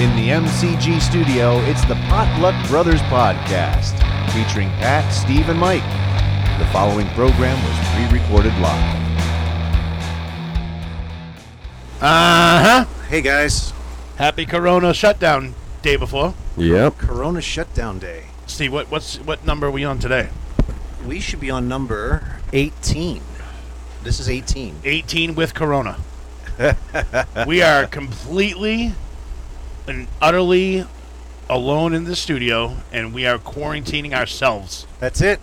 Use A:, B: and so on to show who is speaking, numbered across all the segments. A: In the MCG studio, it's the Potluck Brothers Podcast, featuring Pat, Steve, and Mike. The following program was pre recorded live.
B: Uh-huh.
C: Uh huh.
A: Hey guys,
C: Happy Corona shutdown day before.
B: Yep.
A: Corona Shutdown Day.
C: Steve, what what's what number are we on today?
A: We should be on number 18. This is 18.
C: 18 with Corona. we are completely and utterly alone in the studio, and we are quarantining ourselves.
A: That's it.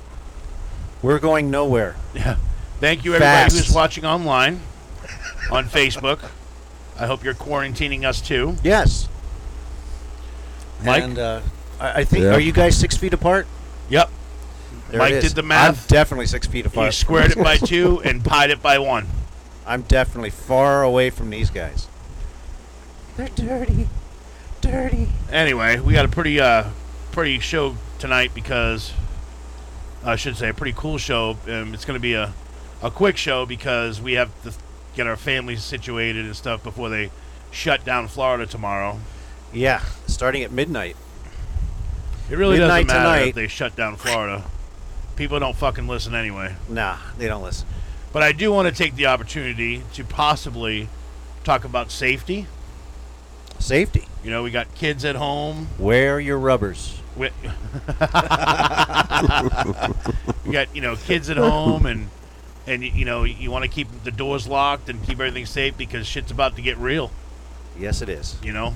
A: We're going nowhere.
C: Yeah. Thank you, everybody
A: Fast.
C: who's watching online on Facebook. I hope you're quarantining us too.
A: Yes.
C: Mike?
A: And uh, I, I think,
B: Yeah.
A: are you guys six feet apart?
C: Yep.
A: There
C: Mike
A: it is.
C: did the math.
A: I'm definitely six feet
C: You
A: apart.
C: squared it by two and pied it by one.
A: I'm definitely far away from these guys. They're dirty. Dirty.
C: anyway, we got a pretty uh pretty show tonight because I should say a pretty cool show. Um, it's going to be a a quick show because we have to get our families situated and stuff before they shut down Florida tomorrow.
D: Yeah, starting at midnight.
C: It really doesn't
D: Midnight
C: matter if
D: tonight.
C: they shut down Florida. People don't fucking listen anyway.
D: Nah, they don't listen.
C: But I do want to take the opportunity to possibly talk about safety.
D: Safety.
C: You know, we got kids at home.
D: Wear your rubbers.
C: We, we got you know kids at home and and y- you know you want to keep the doors locked and keep everything safe because shit's about to get real.
D: Yes, it is.
C: You know,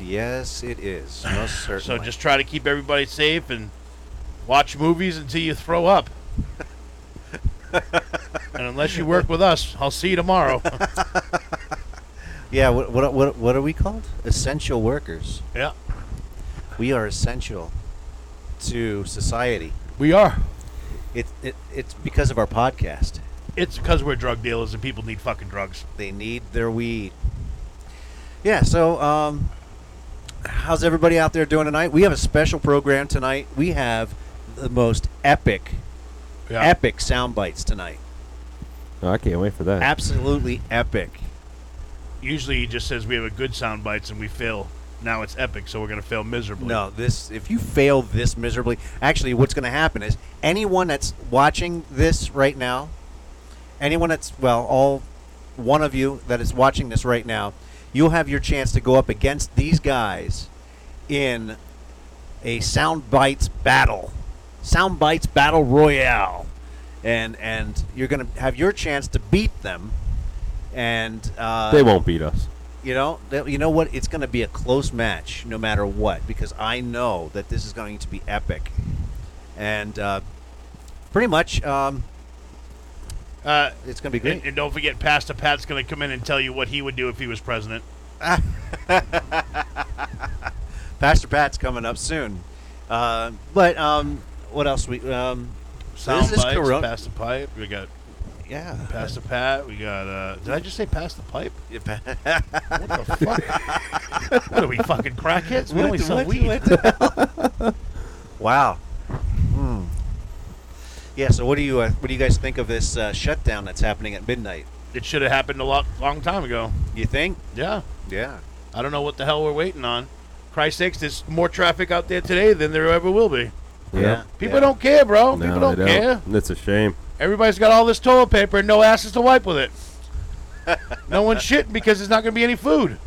D: Yes, it is. Most
C: so
D: certainly.
C: just try to keep everybody safe and watch movies until you throw up. and unless you work with us, I'll see you tomorrow.
D: yeah. What, what what what are we called? Essential workers.
C: yeah,
D: We are essential to society.
C: we are.
D: It, it it's because of our podcast.
C: It's because we're drug dealers and people need fucking drugs.
D: They need their weed. Yeah. So um, how's everybody out there doing tonight? We have a special program tonight. We have the most epic,
C: Yeah.
D: epic sound bites tonight.
B: Oh, I can't wait for that.
D: Absolutely epic.
C: Usually he just says we have a good sound bites and we fail. Now it's epic, so we're gonna fail miserably.
D: No, this if you fail this miserably, actually what's going to happen is anyone that's watching this right now, anyone that's well, all one of you that is watching this right now, you'll have your chance to go up against these guys in a sound bites battle. Sound bites battle royale. And and you're going to have your chance to beat them and uh,
B: they won't beat us.
D: you know, that, you know what? It's going to be a close match, no matter what, because I know that this is going to be epic, and uh, pretty much um,
C: Uh,
D: it's going to be
C: And,
D: great.
C: and don't forget, Pastor Pat's going to come in and tell you what he would do if he was president.
D: Pastor Pat's coming up soon, uh, but um, what else we? Um,
C: Sound
D: this is
C: bites,
D: Corona-
C: Pass the pipe. We got
D: yeah,
C: Pastor Pat. We got. Uh, did I just say pass the pipe? What the fuck? what are we fucking crackheads? We only sell weed.
D: wow. Hmm. Yeah. So, what do you uh, what do you guys think of this uh, shutdown that's happening at midnight?
C: It should have happened a lot long time ago.
D: You think?
C: Yeah,
D: Yeah.
C: I don't know what the hell we're waiting on. Christ sakes, there's more traffic out there today than there ever will be.
B: Yep.
C: People don't care, bro.
B: No,
C: People don't,
B: they
C: care.
B: It's a shame.
C: Everybody's got all this toilet paper and no asses to wipe with it. no one's shitting because there's not going to be any food.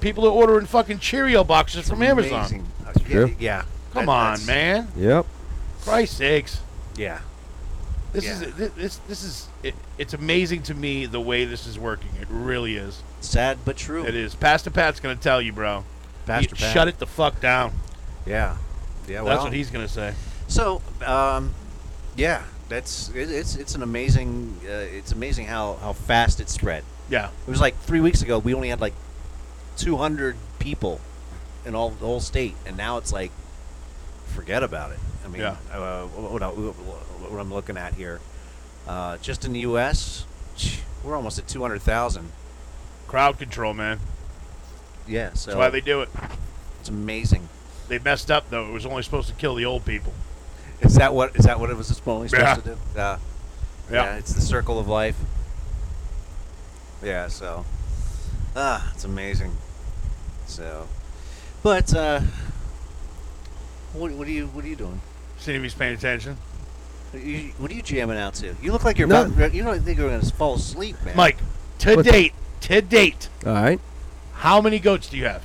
C: People are ordering fucking Cheerio boxes from Amazon.
D: Amazing. Uh,
B: true.
D: Yeah. yeah.
C: Come
D: That-
C: on,
D: that's-
C: man.
B: Yep.
C: Christ's sakes.
D: Yeah.
C: This
D: Yeah.
C: is thi- this this is it, it's amazing to me the way this is working. It really is.
D: Sad but true.
C: It is. Pastor Pat's gonna tell you, bro.
D: Pastor
C: You
D: Pat.
C: Shut it the fuck down.
D: Yeah. Yeah. Well,
C: That's what he's gonna say.
D: So, um, yeah, that's it, it's it's an amazing uh, it's amazing how how fast it spread.
C: Yeah.
D: It was like three weeks ago we only had like 200 people in all the whole state, and now it's like forget about it. I mean,
C: Yeah.
D: uh, what, I- what I'm looking at here, uh, just in the U.S., we're almost at 200,000.
C: Crowd control, man.
D: Yeah, so
C: That's why they do it.
D: it's amazing.
C: They messed up though. It was only supposed to kill the old people.
D: Is that what is that what it was only supposed
C: Yeah.
D: to do? Uh,
C: Yeah.
D: Yeah, it's the circle of life. Yeah, so Ah, it's amazing. So, but uh, what, what are you what are you doing?
C: See if he's paying attention.
D: You- What are you jamming out to? You look like you're
B: No.
D: about. You don't think you're gonna fall asleep, man.
C: Mike, to
B: What?
C: date, to date,
B: All right.
C: how many goats do you have?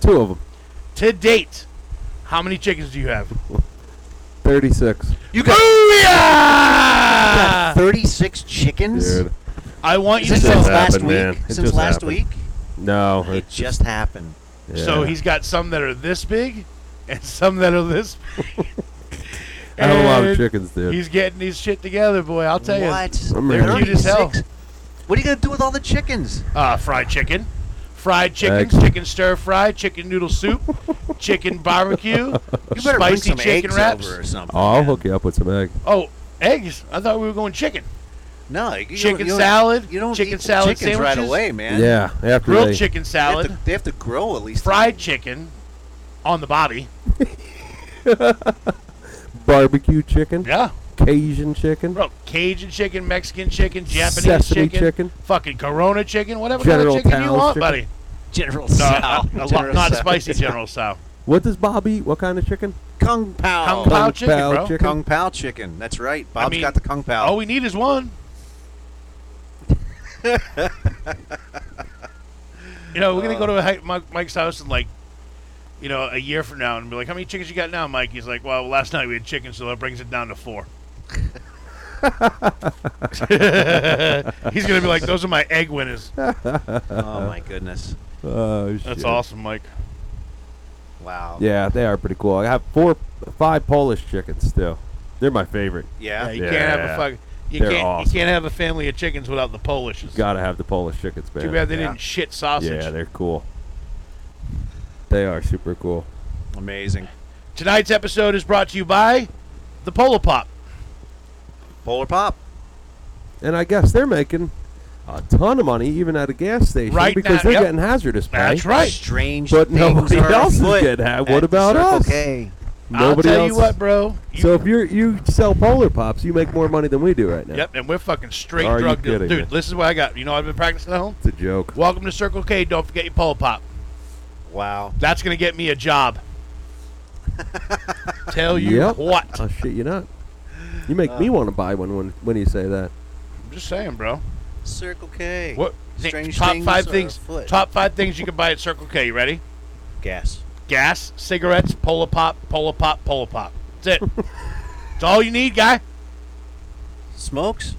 B: Two of them.
C: To date, how many chickens do you have?
B: 36.
C: You got. Booyah!
D: thirty-six chickens.
B: Dude.
C: I want you
D: Since
C: to
B: This
C: know.
B: is
D: last
B: happened,
D: week.
B: man. It
D: Since
B: just
D: last
B: happened.
D: week,
B: No.
D: it
B: it's-
D: just happened.
C: So
B: yeah.
C: he's got some that are this big, and some that are this. Big.
B: I have a lot of
C: And
B: chickens, dude.
C: He's getting his shit together, boy. I'll tell you.
D: what?
B: I'm ready. They're
C: cute as hell.
D: 36? What are you gonna do with all the chickens?
C: Uh, fried chicken, fried chicken,
B: Eggs.
C: chicken stir fry, chicken noodle soup, chicken barbecue,
D: You better bring
C: spicy
D: some
C: chicken
D: eggs
C: wraps.
D: over or something.
B: Oh, I'll
D: man.
B: hook you up with some egg.
C: Oh, eggs! I thought we were going chicken,
D: No, you don't-
C: Chicken
D: you don't-
C: salad,
D: You don't
C: chicken
D: eat
C: salad
D: chickens right
C: sandwiches.
D: away, man.
B: Yeah. After
C: grilled
B: they,
C: chicken
D: They have,
C: salad,
D: to, they have to grow at least.
C: fried chicken, on the body.
B: Barbecue chicken.
C: Yeah,
B: Cajun chicken.
C: bro. Cajun chicken, Mexican chicken, Japanese
B: Sesame
C: chicken,
B: chicken.
C: fucking Corona chicken, whatever
B: General
C: kind of chicken you
B: Tso's
C: want,
B: chicken.
C: buddy.
D: General
C: No,
D: Tso.
C: a- a lo-
D: General
C: not
D: Tso.
C: spicy General Tso.
B: What does Bob eat? What kind of chicken?
D: Kung Pao.
C: Kung Pao chicken,
B: Pao
C: bro.
B: chicken.
D: Kung Pao chicken. That's right. Bob's
C: mean- oh.
D: got the Kung Pao.
C: All we need is one. you know, we're gonna go to a, hi- Mike- Mike's house in like, you know, a year from now, and be like, "How many chickens you got now, Mike?" He's like, "Well, last night we had chicken, so that brings it down to four. He's gonna be like, "Those are my egg winners."
D: oh my goodness.
B: Oh,
C: That's
B: shit.
C: awesome, Mike.
D: Wow.
B: Yeah, they are pretty cool. I have four, five Polish chickens too. They're my favorite.
D: Yeah.
C: Yeah, you can't have a
B: Yeah.
C: fuck. You
B: They're
C: can't.
B: awesome.
C: You can't have a family of chickens without the Polishes.
B: Gotta have the Polish chickens, man.
C: Too bad they
D: Yeah.
C: didn't shit sausage.
B: Yeah, they're cool. They are super cool.
D: Amazing.
C: Tonight's episode is brought to you by the Polar Pop.
D: Polar Pop.
B: And I guess they're making a ton of money even at a gas station
C: Right
B: because
C: now,
B: they're
C: yep.
B: getting hazardous pay.
C: That's right.
D: Strange
B: But
D: things
B: nobody
D: are
B: else is
D: afoot
B: getting that. What
D: at the
B: about
D: Circle
B: us?
D: K.
B: Nobody
C: I'll tell
B: else.
C: you what, bro. You-
B: so if you you sell Polar Pops, you make more money than we do right now.
C: Yep, and we're fucking straight
B: Are you
C: drug dealers.
B: kidding
C: Dude,
B: me?
C: this is what I got. You know, I've been practicing at home.
B: It's a joke.
C: Welcome to Circle K. Don't forget your Polar Pop.
D: Wow.
C: That's going to get me a job. tell you
B: Yep.
C: what. Uh.
B: I'll Oh, shit you not. You make me want to buy one when when you say that.
C: I'm just saying, bro.
D: Circle K.
C: What? thi-
D: Strange
C: top
D: things
C: five
D: are
C: things.
D: afoot.
C: Top five things you can buy at Circle K. You ready?
D: Gas.
C: Gas, cigarettes, Polar Pop, Polar Pop, Polar Pop. That's it. That's all you need, guy.
D: Smokes.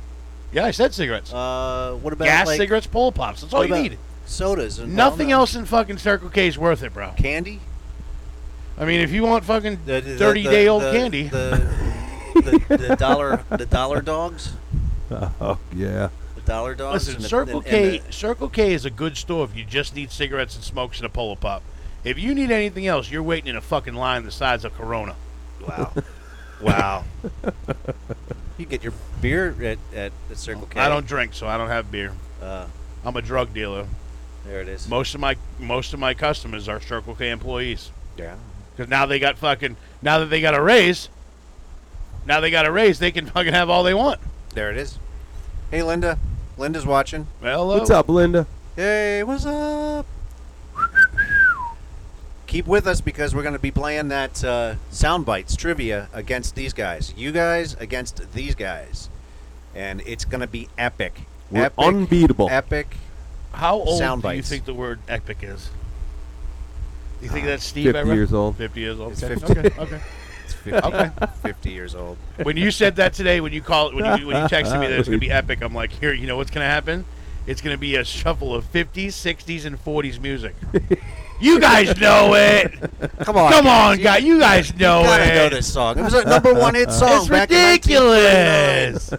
C: Yeah, I said cigarettes.
D: Uh, what about
C: Gas,
D: like,
C: cigarettes, Polar Pops. That's all
D: what
C: you
D: about
C: need.
D: Sodas. And
C: Nothing
D: all that?
C: else in fucking Circle K is worth it, bro.
D: Candy.
C: I mean, if you want fucking
D: The- the- the-
C: 30
D: the-
C: day old
D: the-
C: candy,
D: The, the, the dollar. The dollar dogs.
C: Uh,
B: Oh yeah.
D: The dollar dogs.
C: listen,
D: and the,
C: Circle
D: and-
C: K
D: and the-
C: Circle K is a good store if you just need cigarettes and smokes and a Polar Pop. If you need anything else, you're waiting in a fucking line the size of Corona.
D: Wow. wow. You get your beer at, at the Circle K.
C: I don't drink, so I don't have beer.
D: Uh,
C: I'm a drug dealer.
D: there it is.
C: Most of my most of my customers are Circle K employees
D: yeah.
C: because now they got fucking now that they got a raise, now they got a raise, they can fucking have all they want.
D: There it is. Hey, Linda. Linda's watching.
C: Hello,
B: What's up, Linda?
D: Hey, what's up? Keep with us because we're going to be playing that uh, sound bites trivia against these guys. You guys against these guys. And it's going to be epic.
B: We're
D: epic.
B: unbeatable.
D: Epic.
C: uh, How old
D: Sound
C: do you
D: bites.
C: think the word epic is? You think that's Steve?
B: 50
C: I read?
B: Ah, years old.
C: 50 years old.
D: It's
C: Okay.
D: 50.
C: okay. okay.
D: It's 50,
C: Okay.
D: 50 years old.
C: When you said that today, when you called, when you, when you texted me that it's going to be epic, I'm like, here, you know what's going to happen? It's going to be a shuffle of 50s, 60s, and 40s music. you guys know it.
D: Come on.
C: Come
D: guys.
C: on,
D: You-
C: guy. You guys know
D: You gotta
C: it.
D: know this song. It was a number one hit song.
C: It's
D: back in 1939.
C: ridiculous.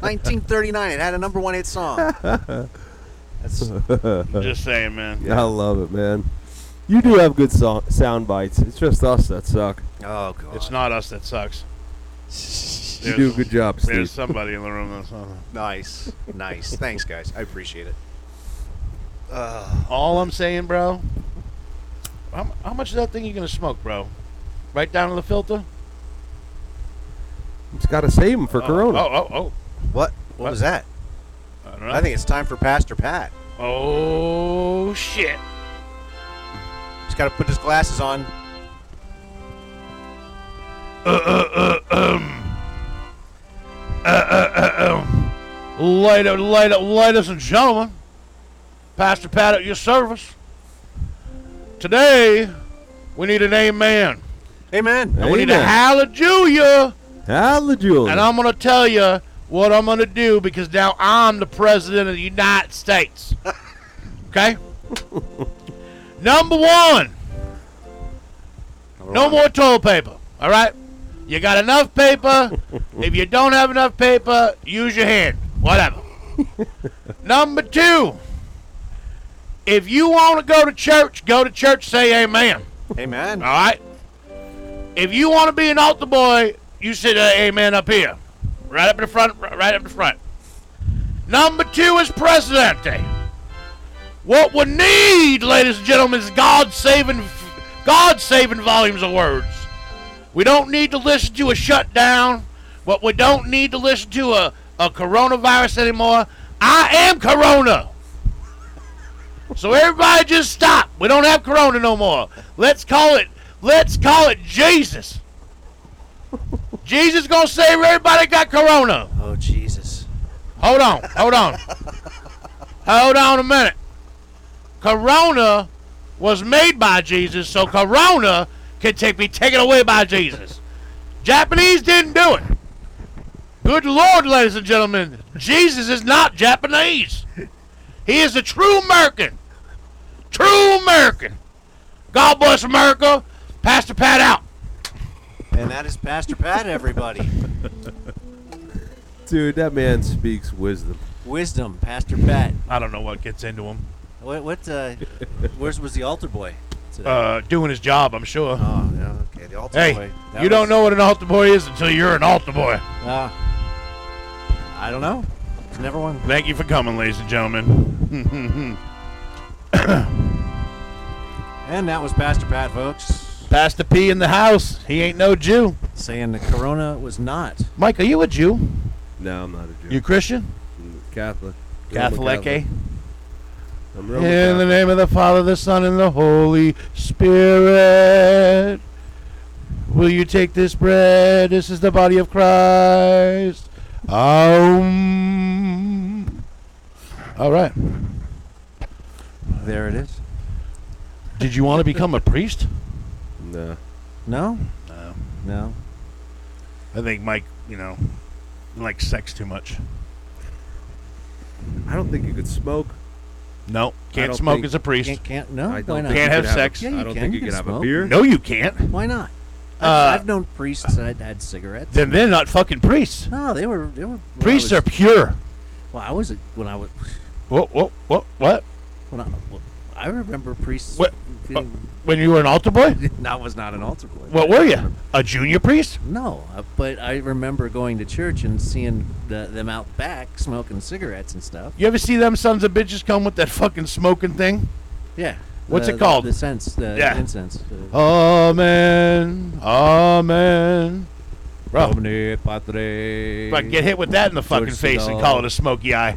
D: 1939. It had a number one hit song. That's,
C: Uh-huh. Just saying, man.
B: I love it, man. You do have good so- sound bites. It's just us that suck.
D: oh god.
C: It's not us that sucks.
B: You do a
C: There's-
B: good job,
C: There's
B: Steve.
C: somebody in the room that's not.
D: nice. Nice. Thanks, guys. I appreciate it.
C: All I'm saying, bro. How, mu- how much of that thing you gonna smoke, bro? Right down to the filter.
B: Just gotta save him for
C: Oh,
B: Corona.
C: Oh, oh, oh.
D: What? What was that?
C: I don't know.
D: I think it's time for Pastor Pat.
C: Oh shit!
D: He's got to put his glasses on.
C: Light up, light up, ladies and gentlemen. Pastor Pat at your service. Today, we need an amen.
D: Amen.
C: And we need a
B: Amen.
C: hallelujah.
B: Hallelujah.
C: oh. And I'm going to tell you what I'm going to do because now I'm the president of the United States. Okay? Number one, no more toilet paper. All right? You got enough paper. if you don't have enough paper, use your hand. Whatever. Number two, if you want to go to church, go to church, say amen.
D: Amen.
C: All right. If you want to be an altar boy, you sit uh, amen up here, right up in the front, r- right up the front. Number two is Presidente. What we need, ladies and gentlemen, is God saving, God saving volumes of words. We don't need to listen to a shutdown. What we don't need to listen to a, a coronavirus anymore. I am Corona. So everybody just stop. We don't have corona no more. Let's call it let's call it Jesus. Jesus gonna save everybody got corona.
D: Oh Jesus.
C: Hold on, hold on. hold on a minute. Corona was made by Jesus, so corona can take be taken away by Jesus. Japanese didn't do it. Good Lord, ladies and gentlemen, Jesus is not Japanese. He is a true American. True American. God bless America. Pastor Pat out.
D: And that is Pastor Pat, everybody.
B: Dude, that man speaks wisdom.
D: Wisdom, Pastor Pat.
C: I don't know what gets into him.
D: What? What? Uh, where's was the altar boy? Today?
C: Uh, doing his job, I'm sure.
D: oh, yeah, okay. The altar
C: Hey,
D: boy. That
C: you don't
D: was-
C: know what an altar boy is until you're an altar boy.
D: Uh, I don't know. It's never one.
C: Thank you for coming, ladies and gentlemen.
D: And that was Pastor Pat, folks,
C: Pastor P in the house. He ain't no Jew.
D: saying the Corona was not.
C: Mike, are you a Jew?
B: No, I'm not a Jew.
C: You Christian?
B: I'm Catholic. Roman
C: Catholic? eh?
B: I'm
C: In
B: Roman
C: the
B: Catholic.
C: name of the Father, the Son, and the Holy Spirit. Will you take this bread? This is the body of Christ. Um. All right.
D: There it is.
C: Did you want to become a priest?
B: No.
D: No.
C: No.
D: No.
C: I think Mike, you know, likes sex too much.
B: I don't think you could smoke.
C: No, can't
B: don't
C: smoke
B: think-
C: as a priest.
D: Can't. Can't. No. why
B: I don't
D: not?
B: think
C: Can't
B: you
C: have
B: could a-
C: sex.
D: Yeah, you
B: I don't
D: can.
B: think
D: You
B: you could
D: can
B: have a
D: smoke.
B: beer.
C: No, you can't.
D: Why not?
C: Uh,
D: I've, I've known priests that had cigarettes.
C: Then they're not fucking priests.
D: No, they were. They were. when I
C: Priests
D: was-
C: are pure.
D: Well, I was when I was.
C: Whoa, whoa, whoa, what?
D: When I, well, I remember priests.
C: What-
D: feeling-
C: When you were an altar boy?
D: I was not an altar boy.
C: What were you? A junior priest?
D: No, uh, but I remember going to church and seeing the, them out back smoking cigarettes and stuff.
C: You ever see them sons of bitches come with that fucking smoking thing?
D: Yeah.
C: What's
D: the-
C: it called?
D: The sense. The
C: Yeah. Oh.
D: incense. Uh, the-
C: Amen. Amen. Bro,
D: Omne Patre.
C: if I get hit with that in the fucking
D: Towards the
C: face and
D: dog.
C: call it a smoky eye.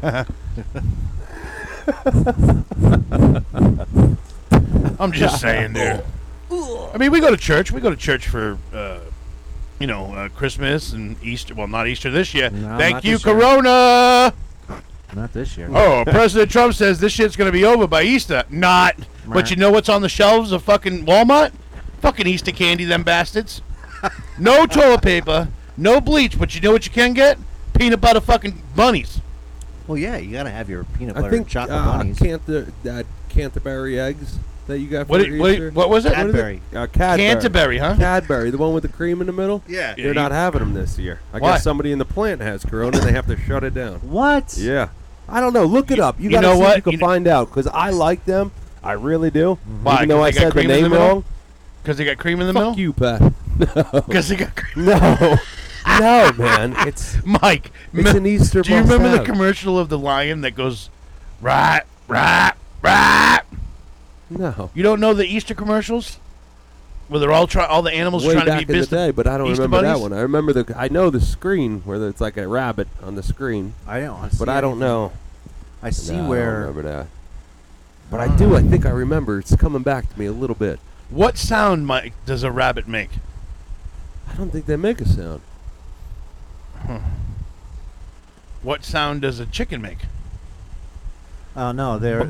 C: I'm just saying, dude. I mean, we go to church. We go to church for, uh, you know, uh, Christmas and Easter. Well, not Easter this year.
D: No,
C: Thank
D: not
C: you,
D: this year.
C: Corona.
D: Not this year.
C: Oh, President Trump says this shit's gonna be over by Easter. Not. But you know what's on the shelves of fucking Walmart? Fucking Easter candy, them bastards. No toilet paper, no bleach, but you know what you can get? Peanut butter fucking bunnies.
D: Well, yeah, you gotta have your peanut butter
B: I think
D: and chocolate
B: uh,
D: bunnies.
B: Canter, uh, Canterbury eggs that you got for
C: What? It, what,
B: Easter.
C: it- what was it?
B: What are they-
D: Cadbury.
B: Uh, Cadbury.
C: Canterbury, huh?
B: Cadbury, the one with the cream in the middle.
D: Yeah.
C: Yeah,
B: They're
C: you-
B: not having them this year. I
C: Why?
B: guess somebody in the plant has corona. and They have to shut it down.
D: What?
B: Yeah. I don't know. Look it up. You,
C: you
B: gotta
C: know
B: see if
C: what?
B: you can
C: You kn- Mm-hmm.
B: find out because I like them. I really do.
C: Why?
B: Even though
C: 'Cause
B: I
C: they got
B: said the
C: cream in the
B: name
C: middle?
B: wrong.
C: Because they got cream in the
B: Fuck
C: middle.
B: you, Pat.
C: Because they got cream.
B: No. no, man. It's
C: Mike,
B: it's
C: me-
B: an Easter.
C: do you
B: must
C: remember the
B: have.
C: commercial of the lion that goes, right, right, right?
B: No.
C: You don't know the Easter commercials, where they're all try all the animals
B: Way
C: trying
B: back
C: to be
B: in the
C: business.
B: day, but I don't
C: Easter
B: remember that
C: bunnies?
B: one. I remember the. I know the screen where it's like a rabbit on the screen,
D: I don't. I
B: but
D: see
B: I don't
D: it.
B: know.
D: I see
B: No, I don't
D: where
B: remember that. But
C: Hmm.
B: I do. I think I remember. It's coming back to me a little bit.
C: What sound, Mike, does a rabbit make?
B: I don't think they make a sound.
C: What sound does a chicken make?
D: Oh no, they're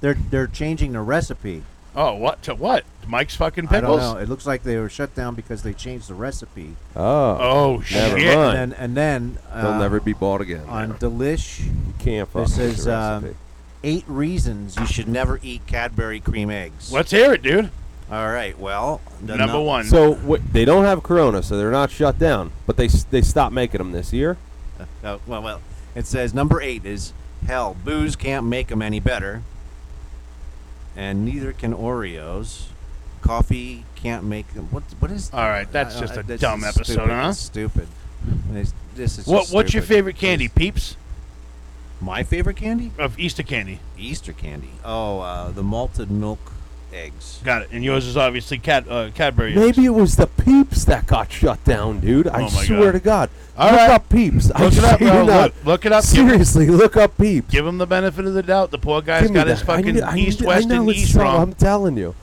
D: they're they're changing the recipe.
C: Oh, what to what? Mike's fucking
D: I don't
C: pickles.
D: know. It looks like they were shut down because they changed the recipe.
B: Oh,
C: Oh
B: Never
C: shit!
B: mind.
D: And then, and then uh,
B: they'll never be bought again.
D: on Delish.
B: you can't fuck
D: This
B: with
D: is,
B: the
D: um,
C: uh,
B: recipe.
D: Eight reasons you should never eat Cadbury cream eggs.
C: Let's hear it, dude.
D: All right. Well, the
C: Number
D: num-
C: one.
B: So wh- they don't have Corona, so they're not shut down. But they s- they stopped making them this year.
D: Uh, well, well, it says number eight is hell. Booze can't make them any better, and neither can Oreos. Coffee can't make them. What? What is?
C: All right, that's
D: I- I-
C: just a
D: this
C: dumb
D: is
C: episode,
D: stupid.
C: huh?
D: It's stupid. It's- this is.
C: what
D: just
C: What's your
D: stupid.
C: favorite candy, Peeps?
D: My favorite candy?
C: Of Easter candy.
D: Easter candy. Oh, uh, the malted milk eggs.
C: Got it. And yours is obviously Cad, uh, Cadbury.
B: Maybe it was the peeps that got shut down, dude. I
C: Oh my God.
B: swear to God.
C: All
B: look
C: right.
B: up peeps. I
C: Look it up,
B: swear
C: bro.
B: to God.
C: Look, look it up. Give,
B: Seriously, look up peeps.
C: give him the benefit of the doubt. The poor guy's
B: Give me
C: got his
B: that. I
C: fucking
B: knew- I
C: east,
B: knew- I
C: west,
B: know
C: and
B: it's
C: east
B: so-
C: wrong.
B: I'm telling you,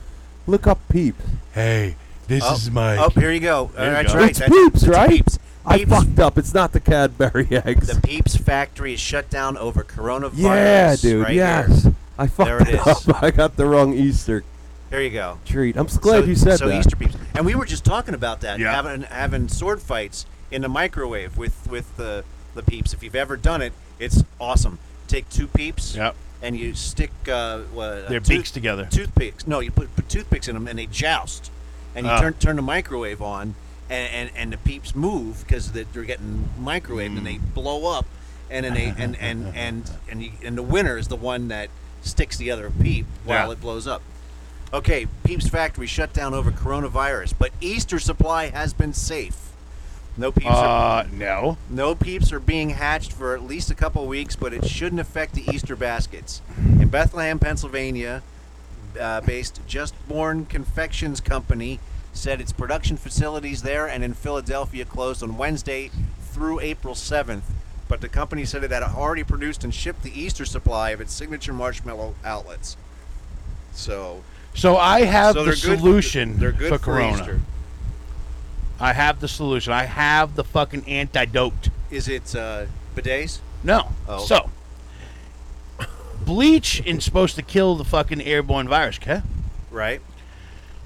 B: look up peeps.
C: Hey, this
D: Oh, Oh, here you go.
C: There you
D: That's
C: go.
D: right.
B: it's
D: that's-
B: peeps,
D: it's
B: right?
D: Peeps.
B: I
D: Peeps.
B: fucked up. It's not the Cadbury eggs.
D: The Peeps factory is shut down over coronavirus.
B: yeah, dude.
D: right
B: yes.
D: Here.
B: I fucked
D: There it is.
B: it up. I got the wrong Easter
D: Here you go.
B: treat. I'm s- glad
D: so,
B: you said
D: so
B: that.
D: Easter Peeps, and we were just talking about that
C: Yeah.
D: having having sword fights in the microwave with with the the Peeps. If you've ever done it, it's awesome. Take two Peeps.
C: Yep.
D: And you stick uh, what, uh,
C: Their
D: tooth-
C: beaks together.
D: Toothpicks. No, you put, put toothpicks in them and they joust. And you
C: Ah.
D: turn turn the microwave on, and, and, and the peeps move because they're getting microwave and
C: Mm.
D: they blow up, and then they and and and and, you, and the winner is the one that sticks the other peep while
C: Yeah.
D: it blows up. Okay, Peeps Factory shut down over coronavirus, but Easter supply has been safe. No peeps are
C: Uh, no.
D: no peeps are being hatched for at least a couple weeks, but it shouldn't affect the Easter baskets. In Bethlehem, Pennsylvania, uh, based Just Born Confections Company said its production facilities there and in Philadelphia closed on Wednesday through April 7th, but the company said it had already produced and shipped the Easter supply of its signature marshmallow outlets. So,
C: So I have
D: so
C: the
D: they're good-
C: solution
D: they're good
C: for Corona.
D: Easter.
C: I have the solution. I have the fucking antidote.
D: Is it uh, bidets?
C: No.
D: Oh.
C: So, bleach is supposed to kill the fucking airborne virus, okay?
D: Right.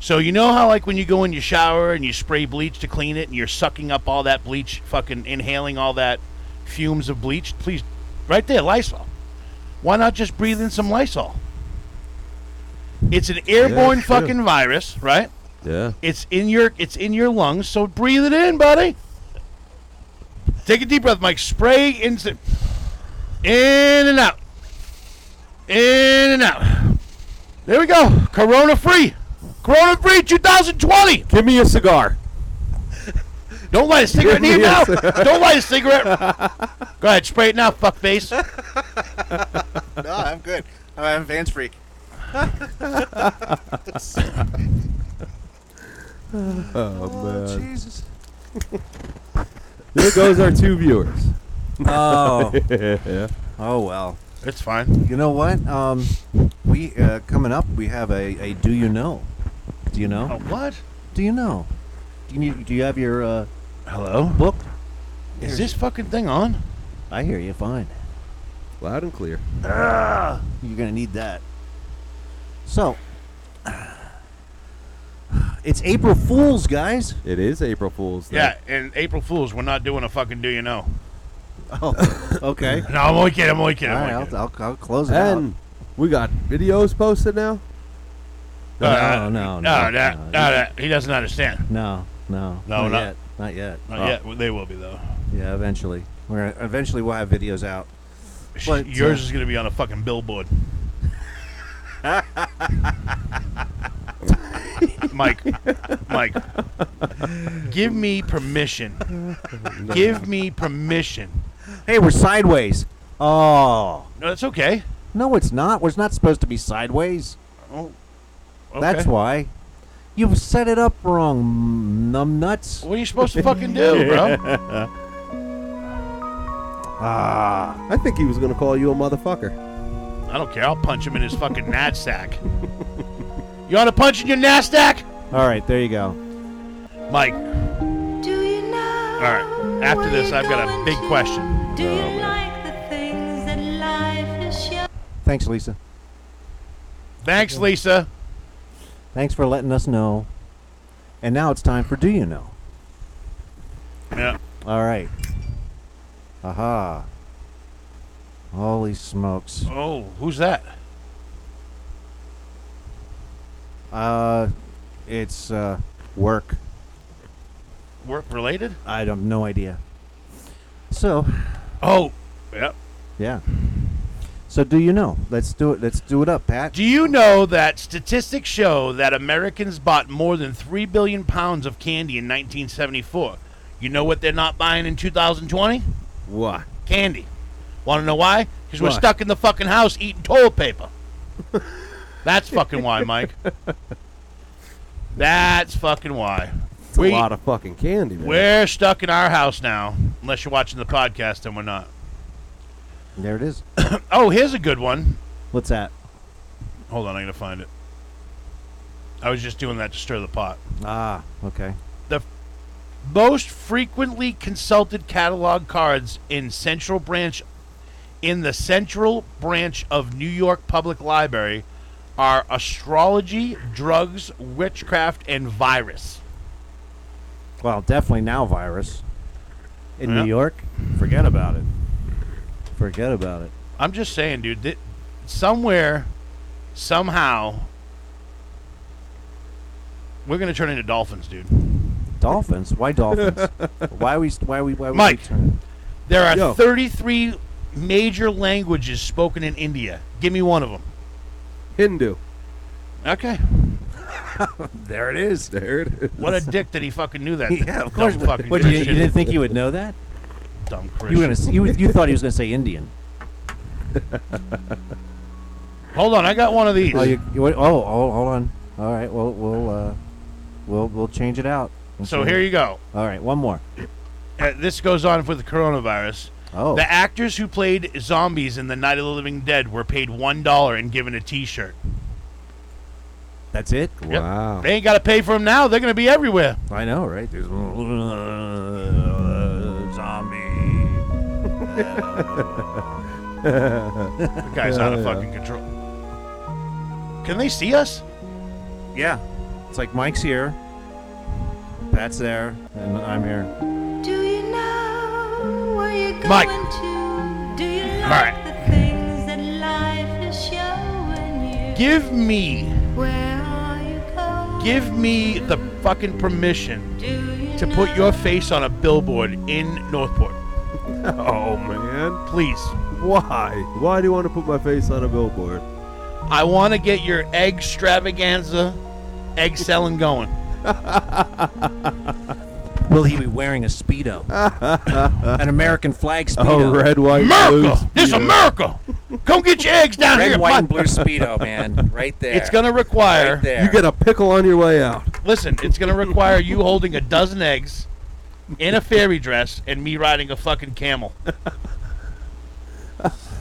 C: So you know how like when you go in your shower and you spray bleach to clean it, and you're sucking up all that bleach, fucking inhaling all that fumes of bleach. Please, right there, Lysol. Why not just breathe in some Lysol? It's an airborne
B: sure.
C: fucking virus, right?
B: yeah.
C: It's in your it's in your lungs, so breathe it in, buddy. Take a deep breath, Mike. Spray instant. In and out. In and out. There we go. Corona free. Corona free 2020.
B: Give me a cigar.
C: Don't light a cigarette in here now.
B: Yes.
C: Don't light a cigarette. Go ahead, spray it now, fuckface.
D: No, I'm good. I'm Vance Freak.
B: Oh man.
D: Jesus.
B: There goes our two viewers.
D: Oh.
B: yeah.
D: Oh well.
C: It's fine.
D: You know what? Um, we uh, coming up. We have a, a do you know? Do you know?
C: Oh, what?
D: Do you know? Do you need, do you have your uh,
C: Hello?
D: book?
C: Is this fucking thing on?
D: I hear you. Fine.
B: Loud and clear.
D: You're gonna need that. So it's April Fools, guys.
B: It is April Fool's Day.
C: Yeah, and April Fools, we're not doing a fucking do you know.
D: Oh, okay.
C: No, I'm only kidding. I'm only kidding.
D: All
C: I'm
D: right,
C: only
D: I'll,
C: kidding.
D: I'll, I'll close it
B: And we got videos posted now.
D: No, no,
C: Uh,
D: no,
C: no, that,
D: no.
C: no, that, he doesn't understand.
D: out. No, no,
C: No,
D: not,
C: not-
D: yet. Not yet. Oh,
C: Not
B: Oh.
C: yet. Well, They will be though.
D: Yeah, eventually. We're eventually we'll have videos out.
C: Sh-
D: But,
C: Yours
D: uh,
C: is gonna be on a fucking billboard. Mike, Mike, give me permission. Give me permission.
D: Hey, we're sideways. Oh.
C: No, that's okay.
D: No, it's not. We're not supposed to be sideways.
C: Oh,
D: That's
C: okay.
D: why. You've set it up wrong, numb nuts.
C: What are you supposed to fucking do, bro?
D: Ah.
B: I think he was gonna call you a motherfucker.
C: I don't care. I'll punch him in his fucking knapsack. you want to punch in your knapsack,
D: All right, there you go.
C: Mike?
E: Do you know?
C: All right. After
E: where
C: this,
E: you're
C: I've got a
E: going
C: big
E: to?
C: question.
E: Do
B: Oh,
E: you
B: man.
E: like the things that life has shown?
D: Thanks, Lisa.
C: Thanks, Lisa.
D: Thanks for letting us know. And now it's time for Do You Know?
C: Yeah.
D: All right. Aha. Holy smokes.
C: Oh, who's that?
D: Uh, it's uh, work.
C: Work related?
D: I don't no idea. So,
C: Oh, yeah.
D: yeah. So do you know? Let's do it. Let's do it up, Pat.
C: Do you know that statistics show that Americans bought more than 3 billion pounds of candy in 1974? You know what they're not buying in 2020?
D: What?
C: Candy. Want to know why? Because we're
D: Why?
C: stuck in the fucking house eating toilet paper. That's fucking why, Mike. That's fucking why.
B: It's a
C: We-
B: lot of fucking candy, man.
C: We're stuck in our house now, unless you're watching the podcast and we're not.
D: There it is.
C: Oh, here's a good one.
D: What's that?
C: Hold on, I'm going to find it. I was just doing that to stir the pot.
D: Ah, okay.
C: most frequently consulted catalog cards in Central Branch in the Central Branch of New York Public Library are astrology, drugs, witchcraft, and virus.
D: Well, definitely now virus. In
C: Yeah.
D: New York, forget about it. Forget about it.
C: I'm just saying, dude, that somewhere, somehow, we're gonna turn into dolphins, dude.
D: Dolphins? Why dolphins? why we? Why we? Why
C: Mike.
D: we? Turn
C: There are
B: Yo.
C: 33 major languages spoken in India. Give me one of them.
B: Hindu.
C: Okay.
D: there it is.
B: There it is.
C: What a dick that he fucking knew that.
D: Yeah, of course.
C: Dumb fucking
D: What, you, you
C: Christian.
D: didn't think you would know that?
C: Dumb
D: You
C: Christian.
D: were gonna. s- You, you thought he was gonna say Indian.
C: Hold on, I got one of these.
D: Oh, you, you, wait- oh, oh, hold on. All right, well, we'll uh, we'll we'll change it out. We'll
C: so
D: change
C: here
D: it.
C: you go.
D: All right, one more.
C: Uh, this goes on with the coronavirus.
D: Oh,
C: The actors who played zombies in The Night of the Living Dead were paid one dollar and given a T-shirt.
D: that's it.
C: Yep.
B: Wow.
D: Oh.
C: They ain't got to pay for them now. They're gonna be everywhere.
D: I know, right? There's uh, zombie.
C: The guy's out of fucking control. Can they see us?
D: Yeah, it's like Mike's here, Pat's there, and I'm here.
E: Do you know where you're going
C: Mike.
E: to? Do you like
C: right.
E: the things that life is showing you?
C: Give me,
E: Where are you going?
C: give me the fucking permission
E: Do you
C: to put your face on a billboard in Northport,
B: Oh, man.
C: please.
B: Why? Why do you want to put my face on a billboard?
C: I want to get your egg extravaganza, egg selling going.
D: Will he be wearing a speedo? An American flag speedo.
B: Oh, red, white, blue.
C: America! This is
B: speedo.
C: America! Come get your eggs down here.
D: Red, white,
C: Mike.
D: and blue speedo, man, right there.
C: It's gonna require.
D: right there.
B: You get a pickle on your way out.
C: Listen, it's gonna require you holding a dozen eggs in a fairy dress and me riding a fucking camel.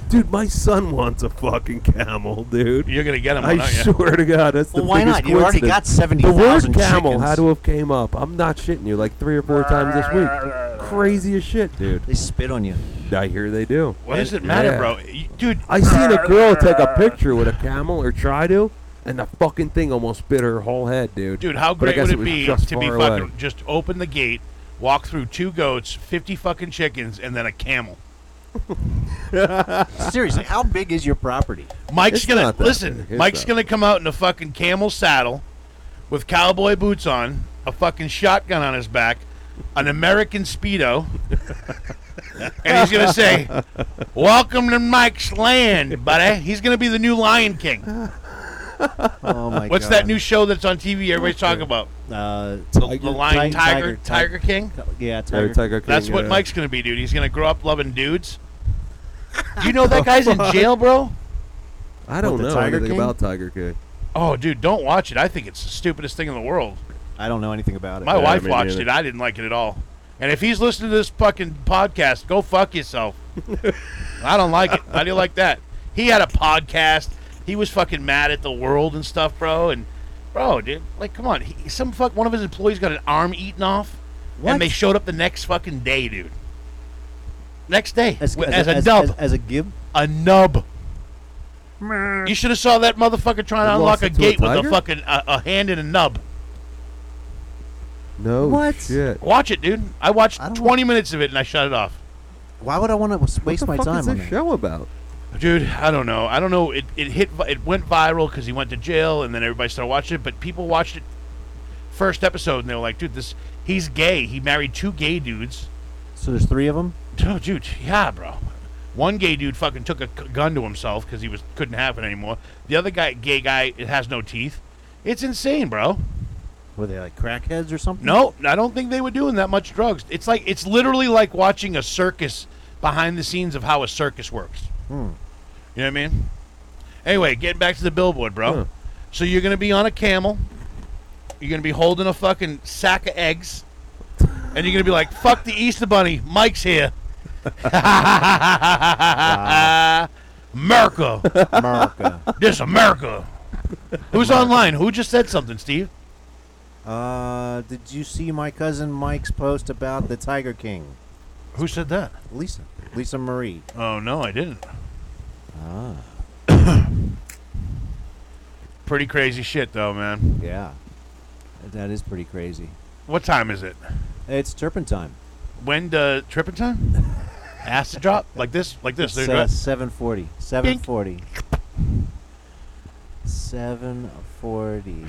B: Dude, my son wants a fucking camel, dude.
C: You're gonna get them,
B: I
C: aren't you?
B: swear to God, that's
D: well,
B: the
D: why
B: biggest
D: not? You already
B: coincidence.
D: got seventy
B: The word
D: thousand
B: camel had to have came up. I'm not shitting you, like three or four times this week. Crazy as shit, dude.
D: they spit on you.
B: I hear they do.
C: What does it matter,
B: Yeah.
C: bro? You- Dude,
B: I seen a girl take a picture with a camel or try to, and the fucking thing almost bit her whole head, dude.
C: dude, how
B: But I
C: great
B: guess
C: would
B: it
C: it,
B: was
C: be
B: just
C: to be
B: far
C: fucking
B: away.
C: just open the gate, walk through two goats, fifty fucking chickens, and then a camel.
D: Seriously, how big is your property?
C: Mike's
B: It's
C: gonna
B: not that
C: listen.
B: big. It's
C: Mike's
B: not-
C: gonna come out in a fucking camel saddle, with cowboy boots on, a fucking shotgun on his back, an American speedo, and he's gonna say, "Welcome to Mike's land, buddy." He's gonna be the new Lion King.
D: Oh my
C: What's
D: God.
C: that new show that's on TV? Everybody's talking about
D: Uh,
C: the Lion Tiger, Tiger, King.
D: Yeah,
B: Yeah,
D: Tiger.
B: it's like, okay,
C: That's
B: yeah.
C: what Mike's gonna be, dude. He's gonna grow up loving dudes. You know that guy's in jail, bro.
B: I don't
D: What, the
B: know
D: Tiger
B: anything
D: King?
B: about Tiger King.
C: Oh, dude, don't watch it. I think it's the stupidest thing in the world.
D: I don't know anything about it.
C: My
B: Yeah,
C: wife
B: me
C: watched
B: neither.
C: it. I didn't like it at all. And if he's listening to this fucking podcast, go fuck yourself. I don't like it. How do you like that? He had a podcast. He was fucking mad at the world and stuff, bro. And bro, dude, like, come on. He, some fuck. One of his employees got an arm eaten off,
D: What?
C: and they showed up the next fucking day, dude. Next day,
D: As,
C: wi-
D: as,
C: as, a
D: as-
C: nub,
D: As, as a gib?
C: a nub. You should have saw that motherfucker trying to
B: You
C: unlock
B: lost
C: a
B: it to a
C: gate with a
B: tiger?
C: fucking a, a hand and a nub.
B: No
D: What?
B: shit.
C: Watch it, dude. I watched
D: I don't
C: 20 minutes of it and I shut it off.
D: Why would I want to
B: What
D: waste
B: the
D: my
B: fuck
D: time
B: is
D: on
B: this
D: that?
B: show about?
C: Dude, I don't know. I don't know. It, it hit. vi- It went viral because he went to jail, and then everybody started watching it. But people watched it first episode, and they were like, "Dude, this he's gay. He married two gay dudes."
D: So there's three of them?
C: Oh, dude, yeah, bro. One gay dude fucking took a c- gun to himself because he was couldn't have it anymore. The other guy, gay guy, it has no teeth. It's insane, bro.
D: Were they like crackheads or something?
C: No, I don't think they were doing that much drugs. It's like it's literally like watching a circus behind the scenes of how a circus works. You know what I mean? Anyway, getting back to the billboard, bro.
B: Huh.
C: So you're gonna be on a camel. You're gonna be holding a fucking sack of eggs, and you're gonna be like, "Fuck the Easter Bunny, Mike's here." America,
D: America.
C: this America. Who's online? Who just said something, Steve?
D: uh, did you see my cousin Mike's post about the Tiger King?
C: Who said that?
D: Lisa. Lisa Marie.
C: Oh no, I didn't.
D: Ah,
C: Pretty crazy shit, though, man.
D: yeah. That is pretty crazy.
C: What time is it?
D: It's turpentine.
C: When the tripping time? Acid drop like this, like this.
D: It's,
C: There you
D: uh,
C: go.
D: 740. 740. 740.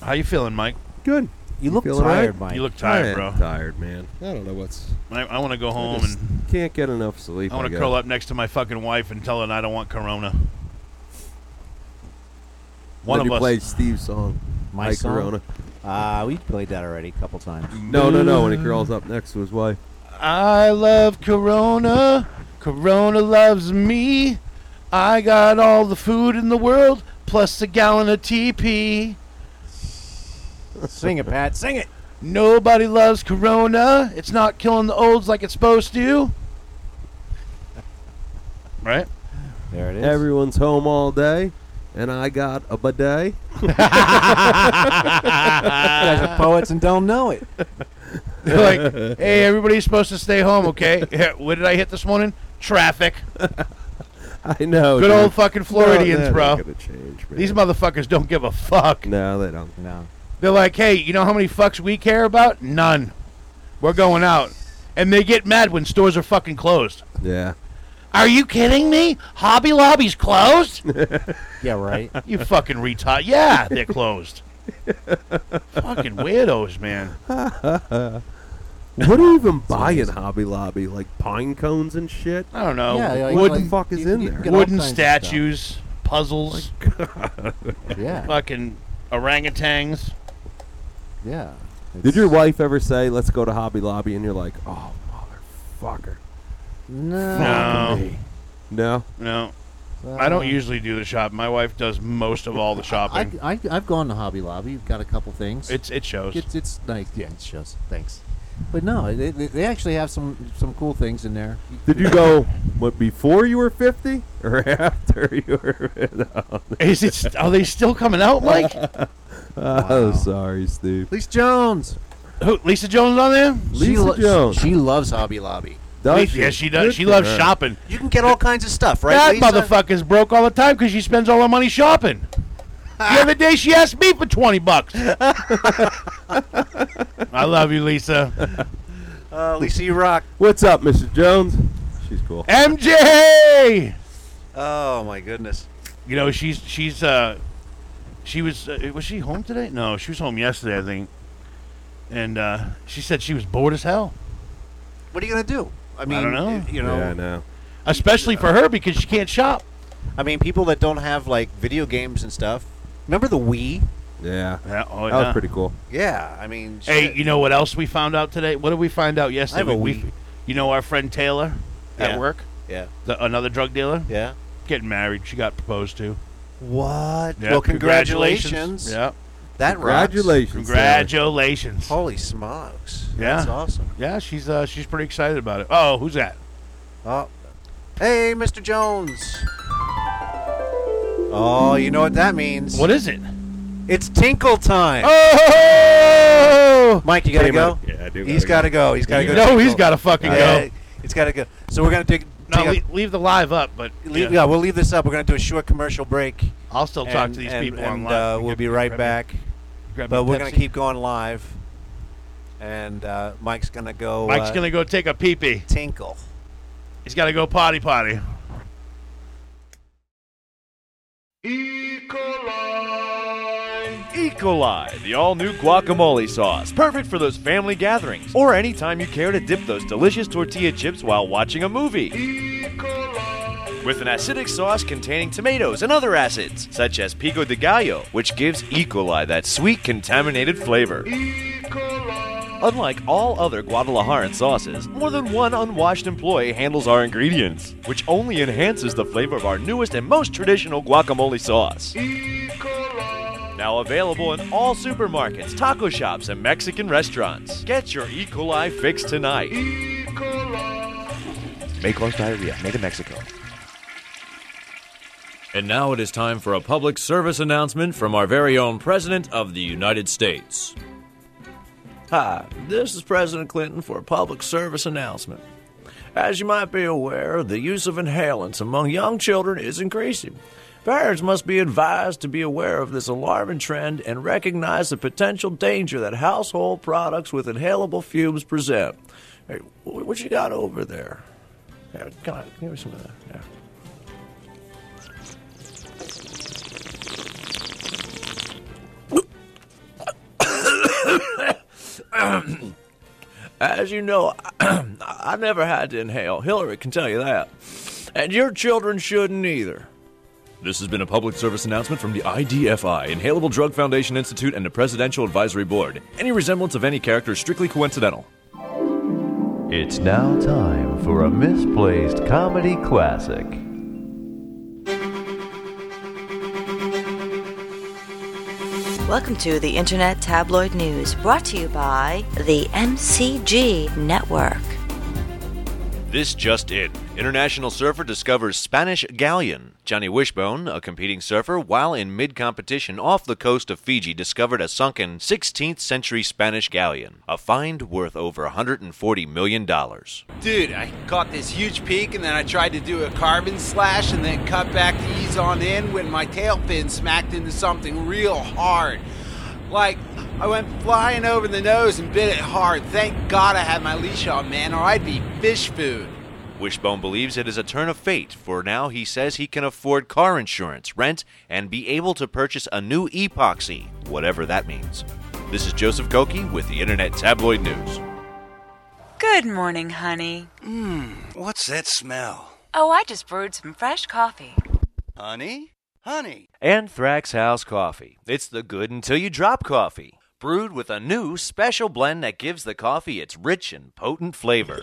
C: How you feeling, Mike?
B: Good.
D: You look
B: feeling
D: tired,
B: alright?
D: Mike.
C: You look
B: I am
C: tired, bro.
B: Tired, man. I don't know what's.
C: I, I want to go
B: I
C: home
B: just
C: and
B: can't get enough sleep.
C: I want to curl up next to my fucking wife and tell her I don't want Corona. One of
B: you
C: us.
B: played Steve's song.
D: My
B: Mike
D: song?
B: Corona.
D: Ah, we played that already a couple times.
B: No, no, no. When he curls up next to his wife.
C: I love Corona. Corona loves me. I got all the food in the world plus a gallon of TP.
D: Sing it, Pat. Sing it.
C: Nobody loves Corona. It's not killing the olds like it's supposed to. Right?
D: There it is.
B: Everyone's home all day, and I got a bidet.
F: Uh,
D: you guys are poets and don't know it.
C: They're like, hey, everybody's supposed to stay home, okay? Yeah, what did I hit this morning? Traffic.
B: I know.
C: Good
B: dude.
C: old fucking Floridians,
B: no,
C: bro.
B: Gonna change, man.
C: These motherfuckers don't give a fuck.
B: no, they don't.
D: No.
C: They're like, hey, you know how many fucks we care about? None. We're going out. And they get mad when stores are fucking closed.
B: Yeah.
C: Are you kidding me? Hobby Lobby's closed?
D: Yeah, right.
C: You fucking retard. Yeah, they're closed. fucking weirdos, man.
B: What do you even buy in Hobby Lobby? Like pine cones and shit?
C: I don't know.
D: yeah, like,
B: Oh, what the
D: like,
B: fuck is
D: you-
B: in
D: you
B: there?
D: get all
C: Wooden
D: kinds of stuff.
C: statues, puzzles,
D: Yeah,
C: fucking orangutans.
D: yeah.
B: Did your wife ever say, let's go to Hobby Lobby? And you're like, oh, motherfucker.
D: No.
C: No,
B: No?
C: no. I don't usually do the shop. My wife does most of all the
F: I,
C: shopping.
F: I, I've gone to Hobby Lobby. You've got a couple things.
C: It's it shows.
F: it's it's nice. Yeah, it shows. Thanks. But no, they, they they actually have some some cool things in there.
B: Did you go what, before you were 50 or after you were. No.
C: Is it? st- Are they still coming out, Mike?
B: Oh, sorry, Steve.
F: Lisa Jones.
C: Who? Lisa Jones on there?
F: she
B: Lisa Jones.
F: She loves Hobby Lobby.
B: Does
C: Lisa- Yes, she
B: Good
C: does. She
B: for
C: loves
B: her.
C: shopping.
D: You can get all kinds of stuff, right?
C: that
D: Lisa?
C: motherfucker's broke all the time because she spends all her money shopping. the other day, she asked me for twenty bucks. I love you, Lisa.
D: Uh, Lisa, you rock.
B: What's up, Mrs. Jones? She's cool.
C: MJ.
D: Oh my goodness.
C: you know she's she's uh she was uh, was she home today no she was home yesterday i think and uh she said she was bored as hell
D: What are you gonna do? I mean,
C: don't know.
D: You know.
B: Yeah, I know.
C: especially for her because she can't shop
D: I mean, people that don't have like video games and stuff. Remember the Wii?
B: Yeah.
C: yeah, oh,
B: That
C: yeah.
B: was pretty cool.
D: Yeah. I mean, shit.
C: hey you know what else we found out today what did we find out yesterday
D: have a
C: we,
D: Wii.
C: you know our friend taylor
D: Yeah.
C: at work
D: yeah,
C: the, another drug dealer
D: yeah.
C: getting married she got proposed to
D: What?
C: Yeah,
D: Well, congratulations.
C: yeah
D: That rocks.
B: Congratulations. Sarah.
C: congratulations
D: Holy smokes.
C: Yeah.
D: That's awesome.
C: yeah she's uh she's pretty excited about it oh who's that
D: Oh, Hey, Mr. Jones. Oh, you know what that means.
C: What is it?
D: It's tinkle time.
C: Oh!
D: Mike, you gotta
G: Hey, Mike.
D: go.
G: Yeah, I do.
D: He's gotta go. He's gotta go.
C: No, he's
D: tinkle.
C: got to fucking
D: Yeah,
C: go.
D: He's gotta go. So we're gonna take.
C: No,
D: take a-
C: le- leave the live up, but
D: leave-
C: yeah,
D: yeah, we'll leave this up. We're gonna do a short commercial break.
C: I'll still talk to these
D: and,
C: people
D: and,
C: online.
D: uh, we'll be right back. But we're gonna keep going live, and uh, Mike's gonna go.
C: Mike's
D: uh,
C: gonna go take a pee pee.
D: tinkle.
C: He's got to go potty potty.
G: Ecoli, the all new guacamole sauce. Perfect for those family gatherings or anytime you care to dip those delicious tortilla chips while watching a movie. With an acidic sauce containing tomatoes and other acids, such as pico de gallo, which gives E. coli that sweet contaminated flavor. Unlike all other Guadalajara sauces, more than one unwashed employee handles our ingredients, which only enhances the flavor of our newest and most traditional guacamole sauce. Now available in all supermarkets, taco shops, and Mexican restaurants. Get your E. coli fix tonight.
A: May cause diarrhea. Made in Mexico.
H: And now it is time for a public service announcement from our very own President of the United States. Hi, this is President Clinton for a public service announcement. As you might be aware, the use of inhalants among young children is increasing. Parents must be advised to be aware of this alarming trend and recognize the potential danger that household products with inhalable fumes present. Hey, wh- what you got over there? Yeah, can I, give me some of that. Yeah. As you know, I never had to inhale. Hillary can tell you that. And your children shouldn't either. This has been a public service announcement from the IDFI, Inhalable Drug Foundation Institute, and the Presidential Advisory Board. Any resemblance of any character is strictly coincidental.
I: It's now time for a misplaced comedy classic.
J: Welcome to the Internet Tabloid News, brought to you by the MCG Network.
H: This just in. International surfer discovers Spanish galleon. Johnny Wishbone, a competing surfer, while in mid competition off the coast of Fiji, discovered a sunken 16th century Spanish galleon, a find worth over $140 million.
K: Dude, I caught this huge peak and then I tried to do a carbon slash and then cut back to ease on in when my tailfin smacked into something real hard. Like, I went flying over the nose and bit it hard. Thank God I had my leash on, man, or I'd be fish food.
H: Wishbone believes it is a turn of fate, for now he says he can afford car insurance, rent, and be able to purchase a new epoxy, whatever that means. This is Joseph Koki with the Internet Tabloid News.
J: Good morning, honey.
K: What's that smell?
J: Oh, I just brewed some fresh coffee.
K: Honey? Honey?
H: And Thrax House Coffee. It's the good until you drop coffee. Brewed with a new special blend that gives the coffee its rich and potent flavor.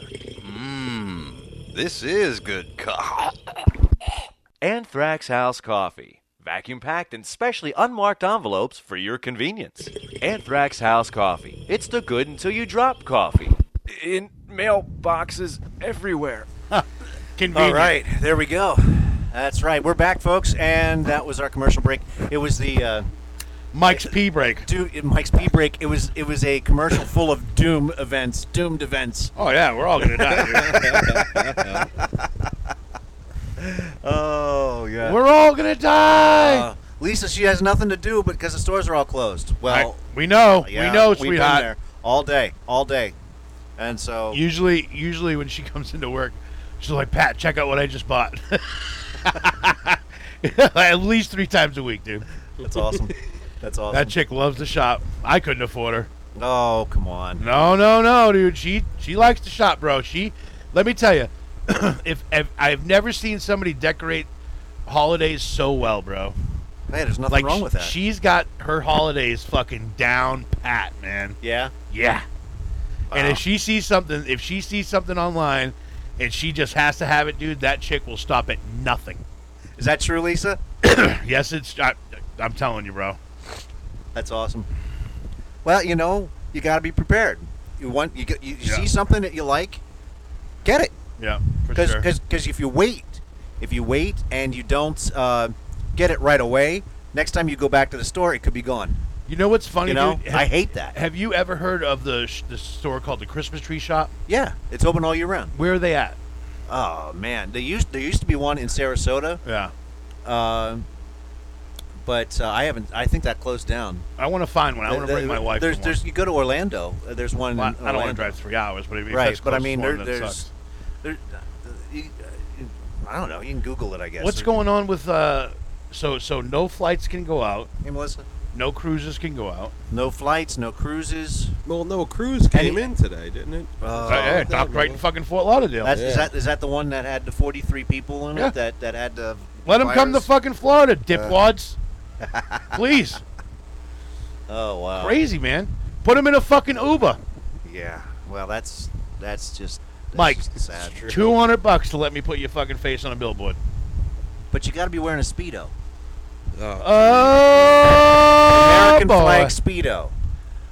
K: This is good coffee.
H: And Thrax House Coffee. Vacuum packed in specially unmarked envelopes for your convenience. And Thrax House Coffee. It's the good until you drop coffee.
G: In mailboxes everywhere.
D: All
C: Convenient.
D: right, there we go. That's right. We're back, folks, and that was our commercial break. It was the uh,
C: Mike's pee break.
D: do Mike's pee break. It was it was a commercial full of doom events, doomed events.
C: Oh yeah, we're all gonna die. dude.
D: Oh yeah.
C: we're all gonna die.
D: Uh, Lisa, she has nothing to do because the stores are all closed.
C: I-
D: Well,
C: we know,
D: yeah,
C: we know,
D: we've been
C: sweetheart.
D: there all day, all day, and so
C: Usually, usually when she comes into work, she's like, "Pat, check out what I just bought." At least three times a week, dude.
D: that's awesome. That's awesome.
C: That chick loves to shop. I couldn't afford her.
D: oh come on.
C: No, no, no, dude. She she likes to shop, bro. She, let me tell you, if, if I've never seen somebody decorate holidays so well, bro.
D: Hey, there's nothing
C: Like
D: wrong with that.
C: she's got her holidays fucking down pat, man.
D: yeah.
C: Yeah. And
D: Wow.
C: if she sees something, if she sees something online, and she just has to have it, dude, that chick will stop at nothing.
D: Is that true, Lisa?
C: Yes, it's. I, I'm telling you, bro.
D: That's awesome. Well, you know, you got to be prepared. You want you get, you, you
C: Yeah.
D: see something that you like, get it.
C: Yeah, for
D: because
C: sure.
D: if you wait, if you wait and you don't uh, get it right away, next time you go back to the store, it could be gone.
C: You know what's funny?
D: You know,
C: dude?
D: I hate that.
C: Have you ever heard of the sh- the store called the Christmas Tree Shop?
D: Yeah, it's open all year round.
C: Where are they at?
D: Oh man, there used there used to be one in Sarasota.
C: Yeah.
D: Uh, but uh, I haven't. I think that closed down.
C: I want to find one. I wanna bring my wife
D: There's,
C: to
D: there's. You go to Orlando. uh, There's one. in
C: Well, I don't wanna
D: Orlando.
C: drive three hours, but if it's
D: right.
C: as
D: But I
C: close
D: mean,
C: as
D: there,
C: one, that
D: there's.
C: sucks.
D: There, uh, you- uh, you- I don't know. You can Google it. I guess.
C: What's
D: Or-
C: going on with uh? So so no flights can go out.
D: Hey Melissa.
C: No cruises can go out.
D: No flights. No cruises.
B: Well, no cruise came in today, didn't it?
D: Uh,
C: yeah, it docked right in fucking Fort Lauderdale.
D: That's, Is that is that the one that had the 43 people in
C: Yeah.
D: it that that had the
C: Let them come to
D: virus? Uh.
C: fucking Florida, dipwads. Please,
D: Oh wow.
C: crazy man. Put them in a fucking Uber.
D: Yeah. Well, that's that's just that's
C: Mike,
D: just sad.
C: two hundred bucks to let me put your fucking face on a billboard.
D: But you got to be wearing a speedo.
C: Oh,
D: American
C: boy.
D: flag speedo.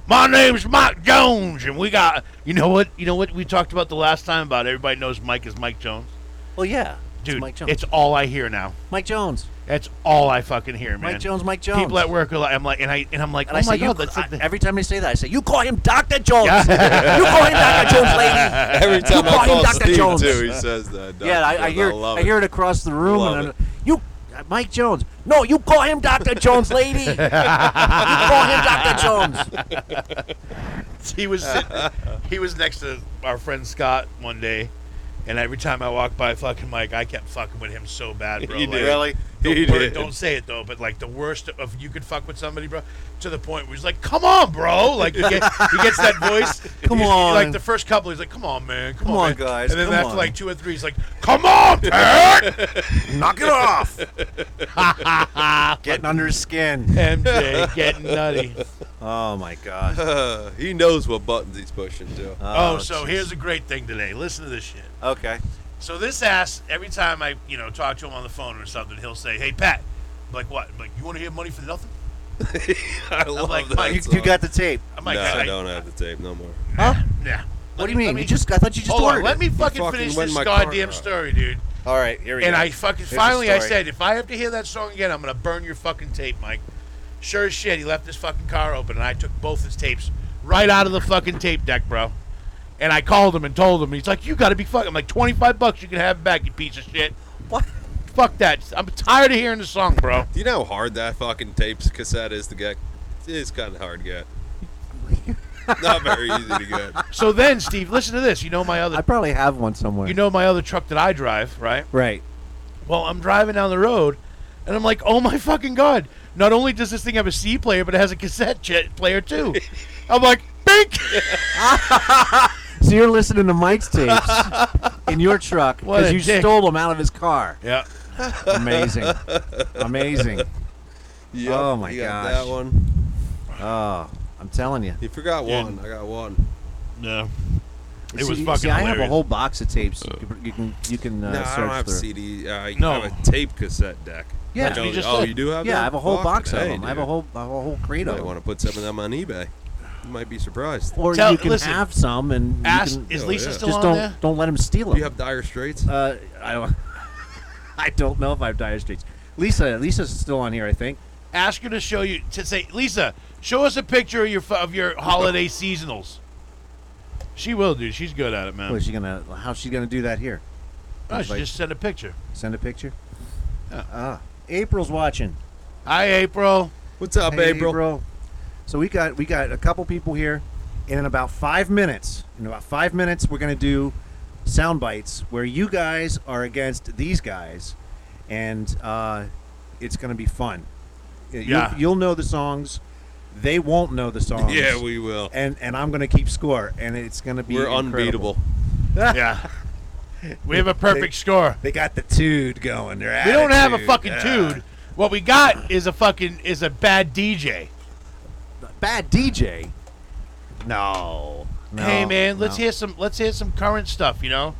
C: My name's Mike Jones, and we got you know what you know what we talked about the last time about everybody knows Mike is Mike Jones.
D: Well, yeah,
C: dude,
D: Mike Jones.
C: it's all I hear now.
D: Mike Jones.
C: That's all I fucking hear, man.
D: Mike Jones, Mike Jones.
C: People at work are like, I'm like, and I and I'm like,
D: And
C: oh
D: I
C: my
D: say, you,
C: god, that's
D: I- every time they say that, I say, "You call him Doctor Jones. you call him Doctor Jones, lady.
L: Every time I
D: you call him
L: call
D: Doctor
L: Steve,
D: Jones."
L: too, he says that. Doc
D: yeah, I, I
L: Jones,
D: hear,
L: love
D: I
L: it.
D: heard it across the room,
L: Love
D: and I'm,
L: it.
D: you, uh, Mike Jones. No, you call him Doctor Jones, lady. you call him Doctor Jones.
C: he was sitting, he was next to our friend Scott one day, and every time I walked by fucking Mike, I kept fucking with him so bad, bro.
L: He
C: like,
L: did. Really?
C: the
L: He
C: wor-
L: did.
C: Don't say it though, but like the worst of you could fuck with somebody, bro, to the point where he's like, "Come on, bro!" Like he, get, he gets that voice.
D: Come
C: He's-
D: on.
C: Like the first couple, he's like, "Come on, man. Come,
D: Come on,
C: man."
D: guys,
C: And then
D: come
C: after
D: on.
C: like two or three, he's like, "Come on, Pat! knock it off."
D: getting under his skin.
C: MJ getting nutty.
D: Oh my god.
L: he knows what buttons he's pushing too.
D: Uh,
C: Oh, so here's a great thing today. Listen to this shit.
D: Okay.
C: So this ass, every time I, you know, talk to him on the phone or something, he'll say, "Hey Pat," I'm like what? I'm like you want to hear money for nothing?
L: I
C: I'm
L: love
C: like,
L: that.
C: Mike,
D: Uh, you- you got the tape?
C: I'm like,
L: no,
C: I-
L: I don't have the tape no more.
D: Huh?
C: Yeah.
D: What do
C: Let
D: you
C: me-
D: mean?
C: let
D: You
C: me-
D: just I thought you just
C: Hold
D: ordered.
C: on, let me
D: it.
C: fucking, finish
L: went
C: this
L: my car
C: goddamn
L: out.
C: story, dude.
D: All right, here we
C: And
D: go.
C: I fucking
D: Here's the
C: finally, I
D: story.
C: said, if I have to hear that song again, I'm gonna burn your fucking tape, Mike. Sure as shit, he left his fucking car open, and I took both his tapes right out of the fucking tape deck, bro. And I called him and told him. He's like, "You got to be fucking." I'm like, "25 bucks, you can have it back, you piece of shit."
D: What?
C: Fuck that. I'm tired of hearing the song, bro.
L: Do you know how hard that fucking tapes cassette is to get? It's kind of hard to get. Not very easy to get.
C: So then, Steve, listen to this. You know my other.
F: I probably have one somewhere.
C: You know my other truck that I drive, right?
F: right.
C: Well, I'm driving down the road, and I'm like, oh my fucking god! Not only does this thing have a C player, but it has a cassette ch- player too. I'm like, bink.
F: So you're listening to Mike's tapes in your truck
C: What
F: because
C: a
F: you
C: dick.
F: stole them out of his car.
C: Yeah.
F: Amazing. Amazing.
L: Yep,
F: oh my
L: you
F: gosh.
L: got that one.
F: Oh, I'm telling you.
L: You forgot
C: Yeah.
L: one. I got one.
C: No. It
F: see,
C: was
F: see,
C: fucking
F: I have a
C: hilarious.
F: whole box of tapes. You can you can, you can uh,
L: no, I
F: search
L: don't have
F: through.
L: CD.
B: Uh,
L: I
C: No.
L: have a tape cassette deck.
F: Yeah.
L: I
F: That's what
L: don't-
F: you just
L: oh,
F: said.
L: you do have?
F: Yeah,
L: that?
F: I have a whole
L: Fuck,
F: box of
L: hey,
F: them. I have a
L: dude.
F: whole I have a whole
L: You
F: crate of
L: might
F: them.
L: want to put some of them on eBay. You might be surprised.
F: Or
C: Tell-
F: you can
C: listen,
F: have some and you
C: ask-
F: can-
C: is
L: Oh,
C: Lisa
L: yeah.
C: still
F: just
C: on
F: don't
C: there?
F: don't let him steal
L: Do
F: them.
L: you have Dire Straits?
F: Uh, I don't. I don't know if I have dire straits. Lisa, Lisa's still on here, I think.
C: Ask her to show you to say, Lisa, show us a picture of your fu- of your holiday seasonals. She will, dude. She's good at it, man.
F: What is she gonna? How's she gonna do that here?
C: Oh, she
F: like-
C: just sent a picture.
F: Send a picture.
C: Yeah.
F: Ah, April's watching.
C: Hi, April.
L: What's up,
F: Hey,
L: April?
F: So we got we got a couple people here, and in about five minutes, in about five minutes, we're gonna do sound bites where you guys are against these guys, and uh, it's gonna be fun. You-
C: Yeah.
F: you'll know the songs. They won't know the songs.
L: Yeah, we will.
F: and and I'm gonna keep score, and it's gonna be
L: We're unbeatable.
F: incredible.
C: Yeah. We have a perfect score.
F: They got the tude going. Their
C: We don't have a
F: attitude.
C: fucking
F: Yeah.
C: dude. What we got is a fucking is a bad DJ.
F: Bad DJ. No. no
C: hey man, let's
F: no.
C: hear some let's hear some current stuff, you know?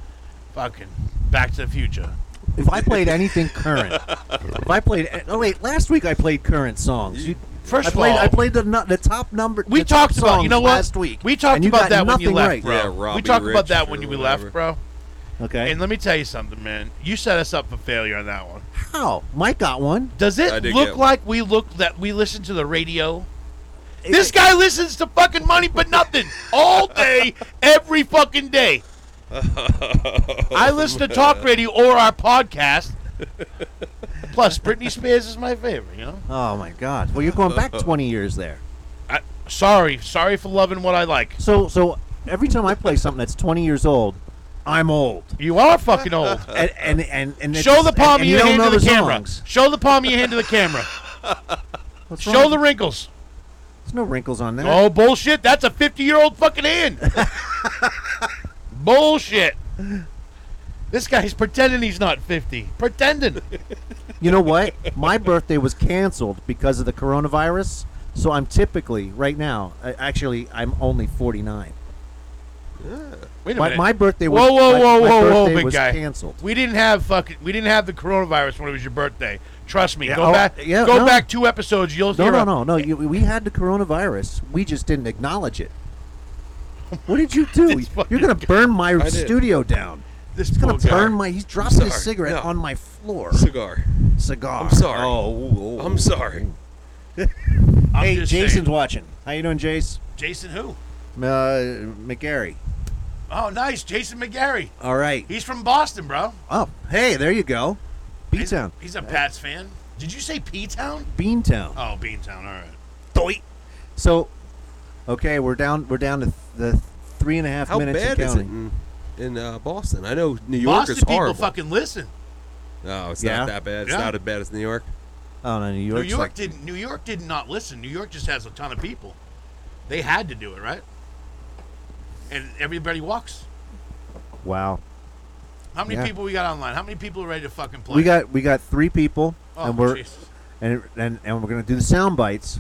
C: Fucking Back to the Future.
F: If I played anything current, if I played, oh wait, last week I played current songs. You,
C: First
F: I played,
C: of all,
F: I played the nu- the top number.
C: we
F: the top
C: talked about you
F: songs
C: know what
F: last week.
C: We talked
F: and you
C: about
F: got
C: that when you
F: nothing
C: left,
F: right.
C: bro.
L: Yeah,
C: we
L: Robbie
C: talked about
L: Rich
C: that
L: or
C: when you we
L: whatever.
C: left, bro.
D: Okay.
C: And let me tell you something, man. You set us up for failure on that one.
D: How? Mike got one.
C: Does it look like we look that we listen to the radio? This guy listens to fucking money but nothing all day, every fucking day. I listen to talk radio or our podcast. Plus, Britney Spears is my favorite. You know.
D: Oh my God! Well, you're going back 20 years there.
C: I, sorry, sorry for loving what I like.
D: So, so every time I play something that's 20 years old, I'm old.
C: You are fucking old.
D: and and and, and
C: Uh, Show
D: it's-
C: the palm
D: and
C: of
D: you
C: your
D: don't
C: hand
D: know
C: to the, camera.
D: songs.
C: Show the palm of your hand to the camera. Show
D: wrong?
C: the wrinkles.
D: There's no wrinkles on that.
C: Oh bullshit! That's a fifty-year-old fucking hand. bullshit. This guy's pretending he's not fifty. Pretending.
D: You know what? My birthday was canceled because of the coronavirus. So I'm typically right now. uh, Actually, I'm only 49.
C: Wait a
D: My-
C: minute.
D: my birthday was-
C: Whoa, whoa,
D: my-
C: whoa,
D: my
C: whoa, whoa,
D: birthday
C: big
D: was
C: guy.
D: canceled.
C: We didn't have fucking. We didn't have the coronavirus when it was your birthday. Trust me.
D: Yeah,
C: go
D: oh,
C: back.
D: yeah,
C: go
D: no.
C: back two episodes. You'll
D: No,
C: hear.
D: no,
C: a-
D: no, no. You, we had the coronavirus. We just didn't acknowledge it. What did you do? You're gonna burn my
C: I did.
D: studio down.
C: This
D: He's gonna
C: poor guy.
D: burn my. He's dropped
B: sorry.
D: his cigarette
B: No.
D: on my floor.
B: Cigar.
D: Cigar.
B: I'm sorry.
F: Oh,
B: I'm sorry.
D: hey,
C: just
D: Jason's
C: saying.
D: watching. How you doing, Jace?
C: Jason who?
D: Uh, McGarry.
C: Oh, nice. Jason McGarry.
D: All right.
C: He's from Boston, bro.
D: Oh, hey, there you go. B Town.
C: He's a Pats fan. Did you say P Town?
D: Beantown.
C: Oh, Beantown. All right.
D: Doit. So, okay, we're down. We're down to th- the three and a half
B: How
D: minutes.
B: bad
D: and
B: is it
D: counting.
B: in, in uh, Boston? I know New York
C: Boston
B: is horrible.
C: people fucking listen.
B: no, it's
D: Yeah.
B: not that bad. It's
C: Yeah.
B: not as bad as New York.
D: Oh no, New York.
C: New York didn't. New York did not listen. New York just has a ton of people. They had to do it, right? And everybody walks.
D: Wow.
C: How many
D: Yeah.
C: people we got online? How many people are ready to fucking play?
D: We got we got three people,
C: Oh,
D: and we're
C: Jesus.
D: and, and and we're gonna do the sound bites,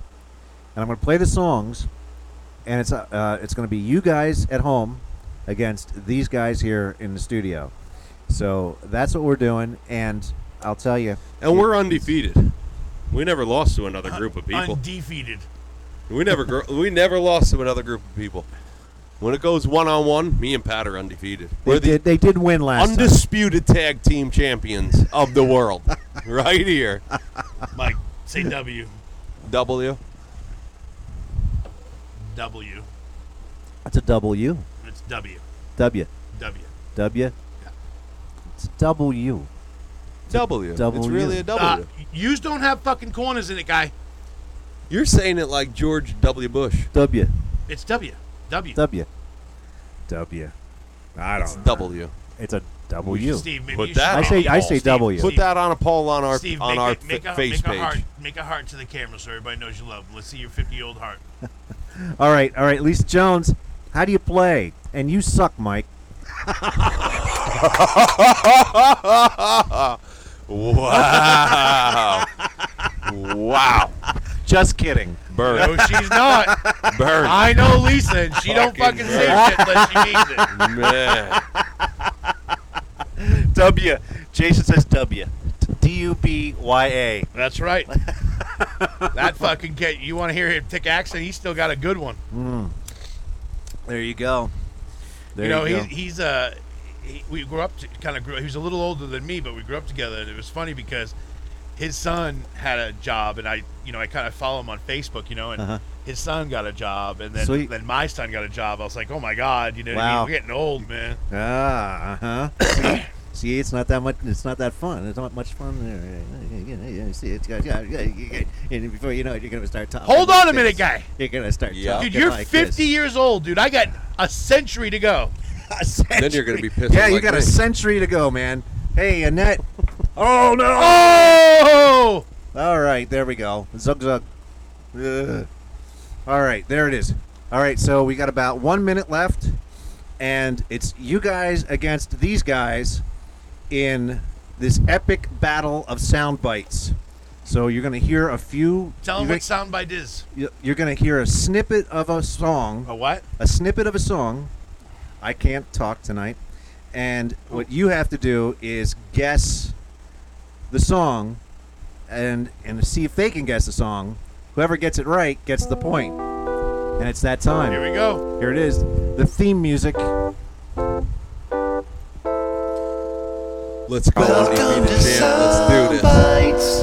D: and I'm gonna play the songs, and it's uh, uh it's gonna be you guys at home against these guys here in the studio, so that's what we're doing, and I'll tell you,
B: And we're undefeated. We never lost to another group of people.
C: undefeated.
B: We never gr- we never lost to another group of people. When it goes one on one, me and Pat are undefeated.
D: they
B: We're the
D: did they did win last time.
B: undisputed tag team champions of the world, right here.
C: Mike, say W.
B: W.
C: W.
D: That's a W.
C: It's W.
D: W.
C: W.
D: W. It's a W.
B: W. It's
D: W.
B: really a
C: Uh,
B: W.
C: yous don't have fucking corners in it, guy.
B: You're saying it like George W. Bush.
D: W.
C: It's W. W.
D: W. W. I
B: It's
C: Oh,
B: W.
D: It's a W.
C: Steve, maybe
B: Put
C: you
B: that
D: I
C: should
D: say-
C: make-
D: I say
C: Steve,
D: W.
B: Put
C: Steve,
B: that on a poll on our
C: Steve,
B: on
C: make
B: our
C: a, make
B: fa-
C: a,
B: face
C: make A heart,
B: page.
C: make a heart to the camera so everybody knows you love. 'em. Let's see your 50 year old heart.
D: All right, all right, Lisa Jones, how do you play? And you suck, Mike.
B: wow. wow.
D: Just kidding.
B: Bird.
C: No, she's not.
B: Bird.
C: I know Lisa, and she don't
B: Fucking
C: fucking say shit unless she needs it.
B: Man.
M: W. Jason says W. D U B Y A.
C: That's right. that fucking kid. You want to hear him tick accent? He's still got a good one.
M: There you go. There
C: you
M: you,
C: know,
M: go.
C: he's he's uh, he, we grew up to kind of grew. He was a little older than me, but we grew up together, and it was funny because his son had a job, and I, you know, I kind of follow him on Facebook, you know, and
D: Uh-huh.
C: his son got a job, and then
D: Sweet.
C: then my son got a job. I was like, oh my god, you know, what I mean?
D: Wow.
C: we're getting old, man.
D: Ah, uh huh. see, it's not that much. It's not that fun. It's not much fun. there. Yeah, yeah, yeah, See, it's got, yeah, yeah, yeah, yeah. and before you know it, you're gonna start talking.
C: Hold on a
D: like
C: minute,
D: this.
C: guy.
D: You're gonna start
B: Yeah.
D: talking.
C: Dude, you're
D: like
C: 50 years old, dude. I got a century to go.
D: This.
B: Then you're gonna be pissed
D: Yeah,
B: off
D: you
B: like
D: got a
B: me.
D: century to go, man. Hey, Annette. oh no.
C: Oh,
D: All right, there we go. Zug zug. Ugh. All right, there it is. All right, so we got about one minute left, and it's you guys against these guys in this epic battle of sound bites. So you're gonna hear a few.
C: tell him
D: you're
C: what soundbite is.
D: gonna, you're gonna hear a snippet of a song,
C: A what?
D: a snippet of a song. I can't talk tonight, and what you have to do is guess the song, and and see if they can guess the song. Whoever gets it right gets the point, and it's that time.
C: Here we go.
D: Here it is, the theme music.
L: Let's go. Welcome to Let's do this.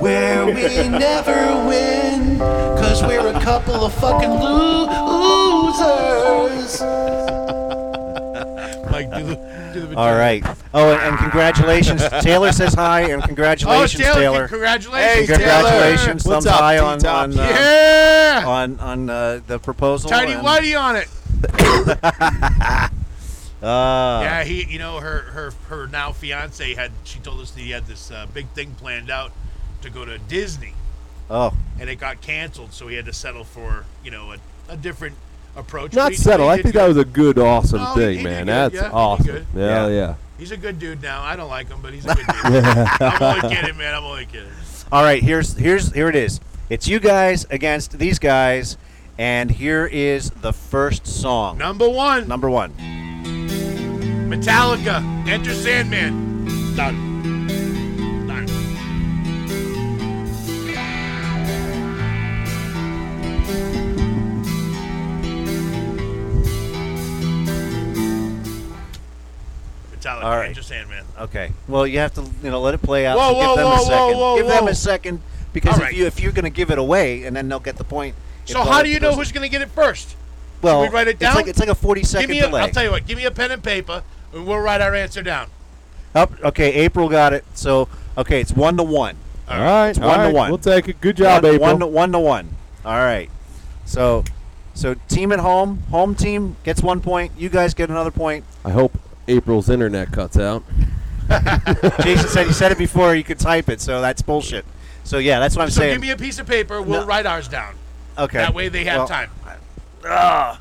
N: where we never win because we're a couple of fucking losers.
C: Like, do the, do the
D: All right. Oh, and, and congratulations. Taylor says hi, and congratulations,
C: Oh, Taylor,
D: Taylor.
C: congratulations,
D: And
C: Taylor.
D: Congratulations. Thumbs
C: What's up,
D: high on,
C: T-Top?
D: on, uh,
C: Yeah!
D: on, on uh, the proposal.
C: Tiny
D: and-
C: Whitey on it.
D: Uh,
C: yeah, he. You know, her her her now fiance had. She told us that he had this uh, big thing planned out to go to Disney,
D: Oh.
C: and it got canceled, so he had to settle for you know a, a different approach. but
B: Not
C: he-
B: settle.
C: he
B: I
C: did
B: think
C: good.
B: that was a good, awesome
C: No, he-
B: thing,
C: he did
B: man.
C: good,
B: That's
C: yeah, he did
B: awesome.
C: good.
B: Yeah, yeah.
C: He's a good dude now. I don't like him, but he's a good dude. I'm only kidding, man. I'm only kidding.
D: All right, here's here's here it is. It's you guys against these guys, and here is the first song.
C: Number one.
D: Number one.
C: Metallica, Enter Sandman. Done. Done. Metallica,
D: All right.
C: Enter Sandman.
D: Okay. Well, you have to you know let it play out.
C: Whoa,
D: so
C: whoa,
D: give them
C: whoa,
D: a
C: whoa,
D: second.
C: whoa,
D: give them
C: whoa.
D: a second because
C: All
D: if
C: right.
D: you if you're going to give it away and then they'll get the point.
C: So
D: If
C: how
D: they'll-
C: do you know who's going to get it first?
D: Well,
C: Should we write it
D: it's
C: down?
D: like- it's like a 40 second
C: give me a,
D: delay.
C: I'll tell you what. Give me a pen and paper, and we'll write our answer down.
D: Up. Okay, April got it. So okay, it's one to one.
B: All right,
D: It's
B: all
D: one
B: right,
D: to one.
B: we'll take it. Good job,
D: one,
B: April.
D: One to, one to one. All right. So, so team at home, home team gets one point. You guys get another point.
B: I hope April's internet cuts out.
D: Jason said he said it before. You could type it, so that's bullshit. So yeah, that's what I'm
C: so
D: saying.
C: give me a piece of paper. We'll write ours down.
D: Okay.
C: That way they have
D: Well,
C: time.
D: Ah.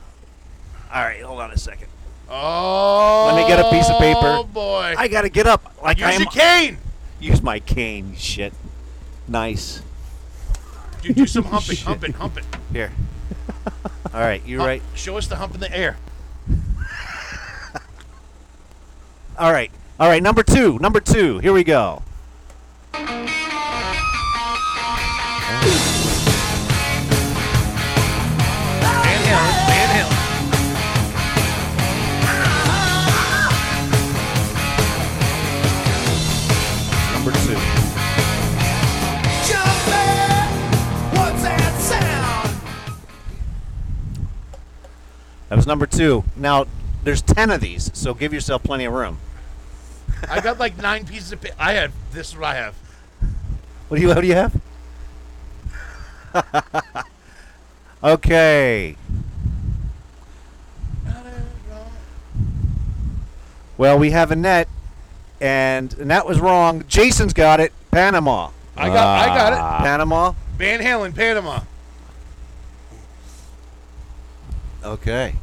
D: All right, hold on a second.
C: Oh.
D: Let me get a piece of paper.
C: Oh boy.
D: I gotta get up. Like
C: Use
D: I'm,
C: a cane.
D: Use my cane. you Shit. Nice.
C: You do some humping, humping, humping.
D: Here. All right, you
C: Hump-
D: right.
C: Show us the hump in the air.
D: All right. All right, number two. Number two. Here we go. Number two. That was number two. Now, there's 10 of these, so give yourself plenty of room.
C: I got like nine pieces of paper. I have. This is what I have.
D: What do you, what do you have? okay. Well, we have a net, and, and that was wrong. Jason's got it. Panama.
C: I got- I got it.
D: Ah. Panama.
C: Van Halen, Panama.
D: Okay.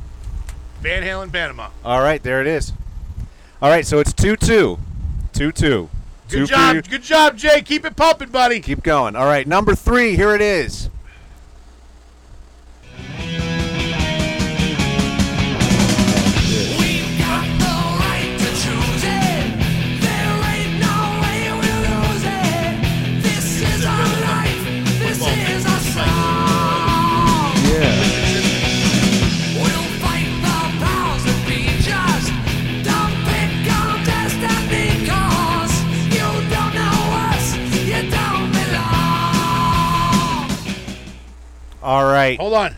C: Van Halen, Panama.
D: All right, there it is. All right, so it's 2 2. 2 2.
C: Good job. Good job, Jay. Keep it pumping, buddy.
D: Keep going. All right, number three. Here it is. All right.
C: Hold on.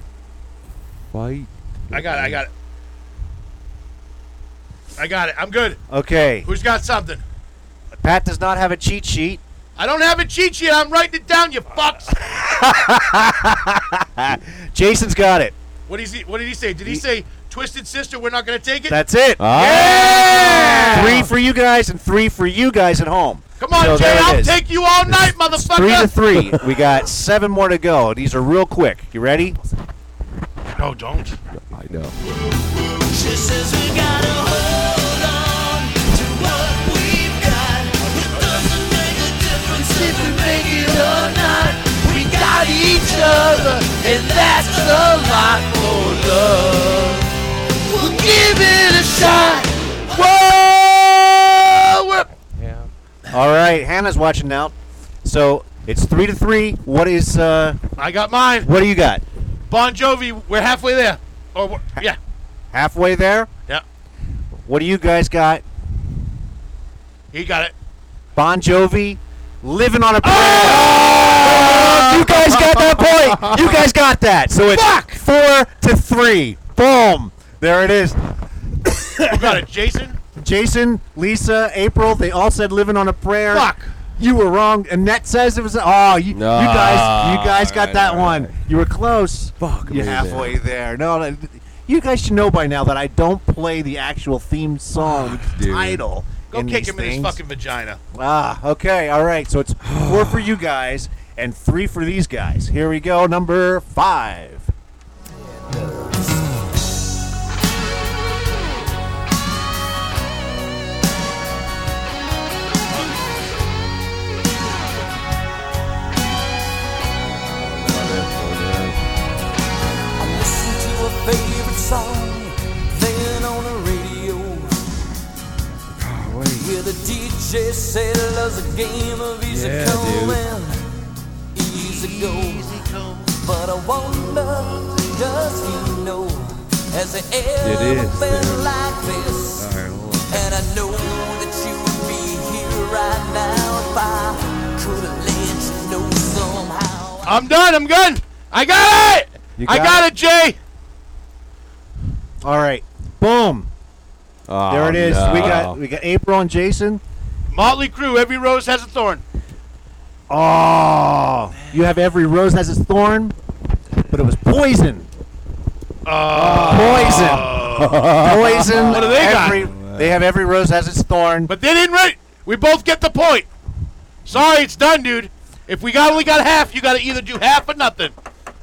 B: Fight.
C: I got it. I got it. I got it. I'm good.
D: Okay.
C: Who's got something?
D: Pat does not have a cheat sheet.
C: I don't have a cheat sheet. I'm writing it down. You fucks.
D: Jason's got it.
C: What did he? What did he say? Did he say Twisted Sister? We're not gonna take it.
D: That's it.
C: Yeah!
D: Ah. Three for you guys and three for you guys at home.
C: Come on,
D: So
C: Jay.
D: there it
C: I'll
D: is.
C: take you all night, motherfucker.
D: Three to three. we got seven more to go. These are real quick. You ready?
C: No, don't.
B: I know.
N: Each other, and that's a lot for love. We'll give it a shot. Whoa! We're
D: All right. Hannah's watching now. So it's three to three. What is? uh
C: I got mine.
D: What do you got?
C: Bon Jovi. We're halfway there. Or we're- yeah,
D: Halfway there.
C: yeah.
D: What do you guys got?
C: He got it.
O: Bon Jovi, living on a prayer.
D: Oh!
O: you guys got that point. You guys got that. So it's four to three. Boom. There it is.
C: You got it, Jason.
D: Jason, Lisa, April, they all said living on a prayer. Fuck. You were wrong. Annette says it was. Oh, you, you guys, you guys got
O: Alright,
D: that one. You were close. Fuck. You're
O: me
D: halfway there. No, no, you guys should know by now that I don't play the actual theme song title.
C: Go
D: in
C: kick
D: these
C: him in his
D: things.
C: fucking vagina.
D: Ah, okay, all right. So it's four for you guys and three for these guys. Here we go, number five.
F: I listen to a favorite song playing on the radio. Where the DJ said it loves a game of easy
P: Yeah,
F: come
P: dude.
F: and easy go. But I wonder, does he know? Has it ever
P: is,
F: been
P: dude.
F: like this? And I know that you would be here right now if I could have let you know somehow.
C: I'm done. I'm good. I got it.
D: You
C: I
D: got
C: got it, Jay.
D: All right, boom. there
B: Oh,
D: it is. We got we got April and Jason.
C: Motley Crue. Every rose has a thorn.
D: Oh, you have every rose has its thorn, but it was poison. poison, poison.
C: Oh. What do they got?
D: every, got? They have every rose has its thorn.
C: But they didn't rate. We both get the point. Sorry, it's done, dude. If we got only got half, you got to either do half or nothing.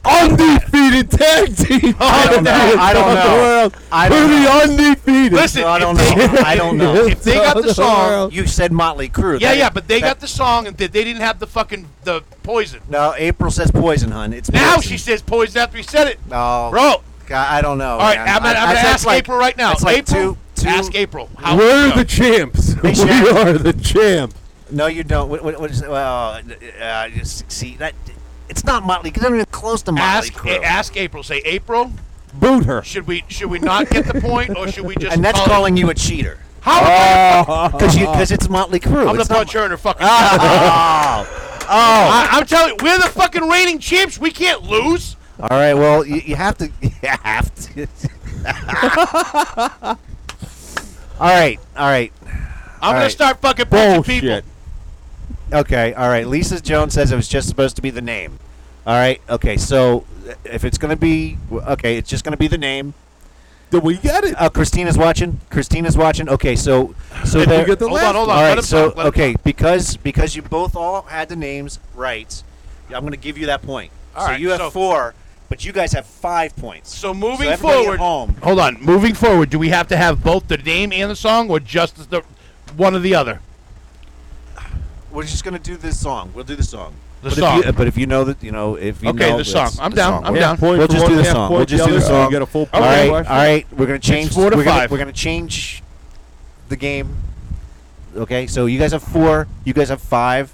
B: Undefeated tag team.
C: I don't know. I don't know.
D: I
B: We're
D: don't know.
B: the undefeated.
D: Listen, I don't know. I don't know.
C: If they got the song,
D: you said Motley Crue.
C: yeah,
D: That-
C: yeah, but they
D: that-
C: got the song and they they didn't have the fucking the poison.
D: No, April says poison, hun. It's
C: Now
D: poison.
C: she says poison after he said it.
D: No,
C: Bro.
D: God, I don't know.
C: All right,
D: man.
C: I'm, gonna,
D: I-
C: I'm
D: I-
C: gonna
D: that's
C: ask
D: like-
C: April right now.
D: that's like
C: April,
D: two- two-
C: ask April. How
B: We're the champs. We are the champs.
D: No, you don't. What, what, what is, well, uh, just see that it's not Motley. Cause I'm even close to Motley
C: ask
D: Crue.
C: ask April. Say April.
B: Boot her.
C: Should we should we not get the point or should we just?
D: and that's
C: call it-
D: calling you a cheater.
C: How?
D: Because because it's Motley Crue.
C: Uh-huh. I'm gonna
D: It's not-
C: punch her in her fucking.
D: Oh.
C: I, I'm telling you, we're the fucking reigning champs. We can't lose.
D: All right. Well, you, you have to. You have to. all right. All right.
C: I'm gonna start fucking punching people.
D: Okay. All right. Lisa Jones says it was just supposed to be the name. All right. Okay. So uh, if it's gonna be okay, it's just gonna be the name.
B: Did we get it?
D: Uh, Christina's watching. Christina's watching. Okay. So so
C: Did we
D: there.
C: get the Hold on, last hold on,
D: All
C: let
D: right.
C: him
D: So
C: talk, let him
D: okay, because because you both all had the names right, I'm gonna give you that point.
C: All
D: so
C: right,
D: you have
C: so-
D: four, but you guys have five points.
C: So moving
D: everybody at
C: forward,
D: home.
C: hold on. Moving forward, do we have to have both the name and the song, or just the one or the other?
D: We're just gonna do this song. We'll do the song.
C: The
D: but
C: song.
D: If you, but if you know that, you know if you
C: Okay,
D: know
C: the
D: this-
C: song. I'm down, I'm
D: We'll-
C: down.
D: We'll
C: Half
D: just
C: point
D: do the
C: for one, half
D: song. We'll
C: point
D: just
C: for
D: do
C: the
D: the
C: other, so you
D: song.
C: get a full
D: All
C: point.
D: right, all
C: Question.
D: right. We're gonna
C: It's
D: change.
C: four to
D: we're gonna-
C: five.
D: We're gonna change the game. Okay, so you guys have four. You guys have five,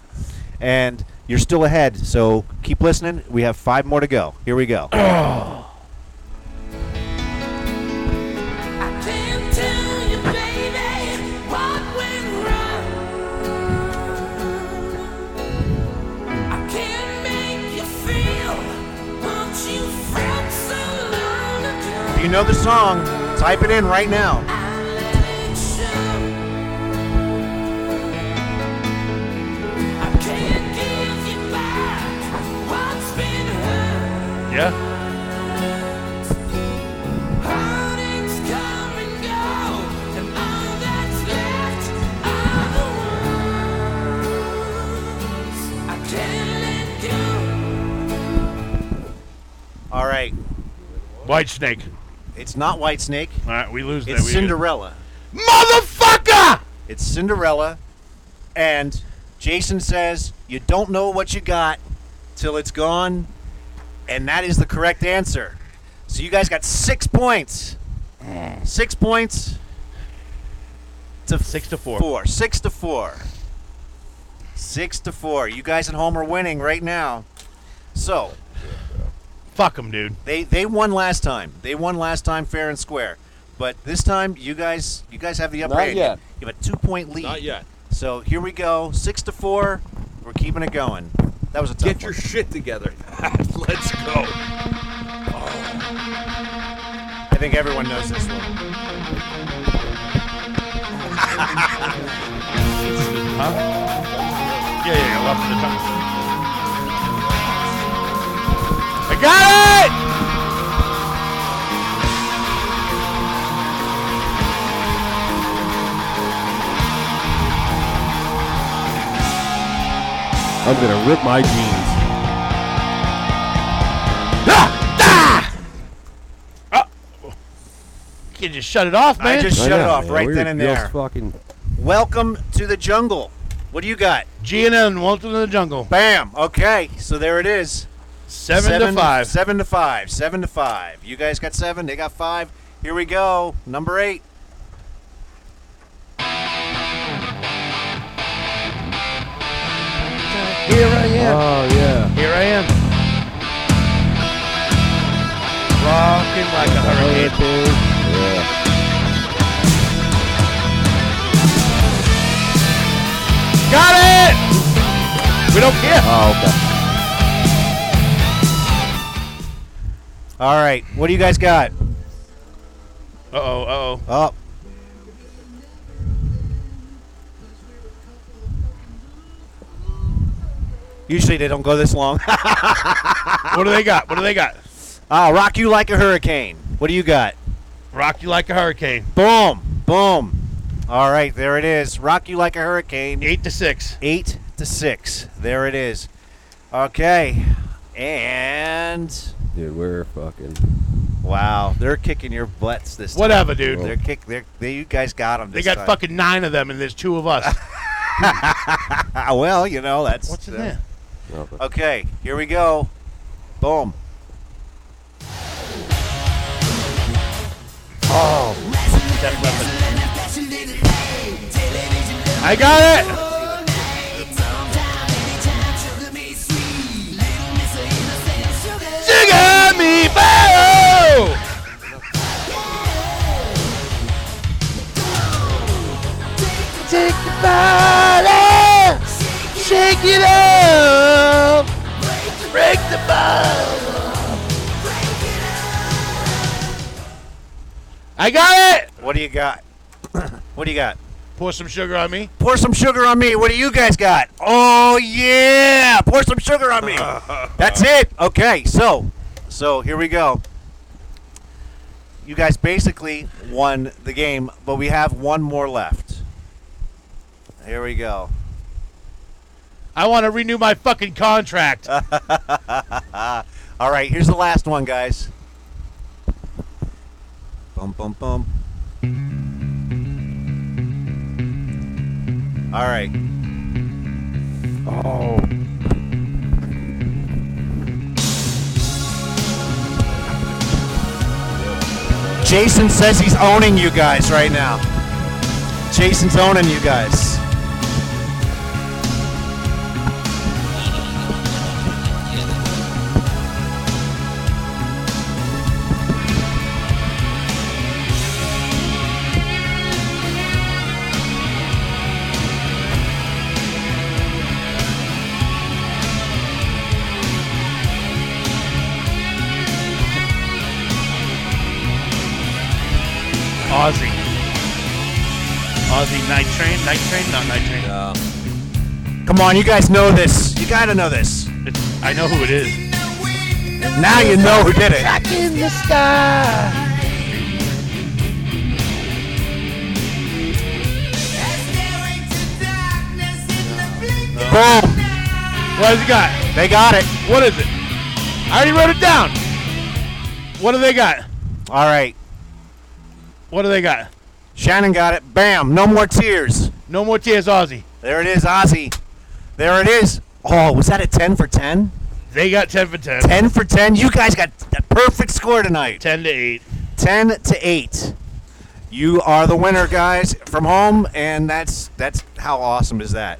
D: and you're still ahead. So keep listening. We have five more to go. Here we go.
F: Can't tell you, baby, what went wrong. I can't make you feel what you felt so long ago.
D: If you know the song, type it in right now.
F: I can't give you back what's been hurt.
C: Yeah.
F: Heartaches come and go, and all that's left are the wounds. I can't let go.
D: All right.
C: White Snake.
D: It's not White Snake.
C: All right, we lose.
D: It's
C: that. We-
D: Cinderella.
C: Motherfucker!
D: It's Cinderella, and Jason says you don't know what you got till it's gone, and that is the correct answer. So you guys got six points. Six points. To six
C: to four.
D: Four. Six to four. Six to four. You guys at home are winning right now. So
C: Fuck them, dude.
D: they they won last time. They won last time fair and square. But this time you guys you guys have the upper
C: Not
D: hand.
C: yet.
D: You have a two point lead.
Q: Not yet.
D: So here we go, six to four. We're keeping it going. That was a tough Get your shit together. Let's go. I think everyone knows this one.
C: Huh? Yeah, yeah, yeah. Left the top. I got it!
B: I'm gonna rip my jeans.
C: Ah! You can Ah! just shut it off, man.
D: I just shut it off right then and there.
B: Fucking
D: Welcome to the jungle. What do you got?
C: G and N. Welcome to the jungle.
D: Bam. Okay, so there it is.
C: Seven to five.
D: Seven to five. Seven to five. You guys got seven. They got five. Here we go. Number eight.
C: Here I am.
B: Oh yeah.
C: Here I am. Rocking like a hurricane. Got it. We don't care.
D: Oh, okay. All right. What do you guys got?
C: Uh oh. Uh oh.
D: Up. Usually they don't go this long.
C: What do they got? What do they got?
D: Ah, rock you like a hurricane. What do you got?
C: Rock you like a hurricane.
D: Boom, boom. All right, there it is. Rock you like a hurricane.
C: Eight to six.
D: Eight to six. There it is. Okay, and
B: Dude, we're fucking.
D: wow, they're kicking your butts this time.
C: Whatever, dude.
D: They're kick. They're, they you guys got them.
C: They got fucking nine of them, and there's two of us.
D: fucking. Ah, well, you know that's.
C: What's in
D: uh,
C: there?
D: Okay, here we go. Boom.
C: Oh. Death weapon. I got it. Sugar me bow. Take the bottle, shake it up, break the bottle. I got it.
D: What do you got? what do you got?
C: Pour some sugar on me.
D: Pour some sugar on me. What do you guys got? Oh yeah! Pour some sugar on me. That's it. Okay, so so here we go. You guys basically won the game, but we have one more left. Here we go.
C: I want to renew my fucking contract.
D: All right, here's the last one, guys. Bum bum bum. All right.
B: Oh.
D: Jason says he's owning you guys right now. Jason's owning you guys.
C: Aussie. Aussie night train, night train, not night train.
D: Come on, you guys know this. You gotta know this.
C: It's, I know who it is.
D: Now you know who did it.
C: in the sky.
D: Boom.
C: What has he got?
D: They got it.
C: What is it? I already wrote it down. What do they got?
D: All right.
C: What do they got?
D: Shannon got it. Bam. No more tears.
C: No more tears, Aussie.
D: There it is, Ozzy. There it is. Oh, was that a 10 for 10?
C: They got 10 for 10.
D: 10 for 10. You guys got a perfect score tonight.
C: 10 to 8.
D: 10 to 8. You are the winner, guys, from home, and that's that's how awesome is that?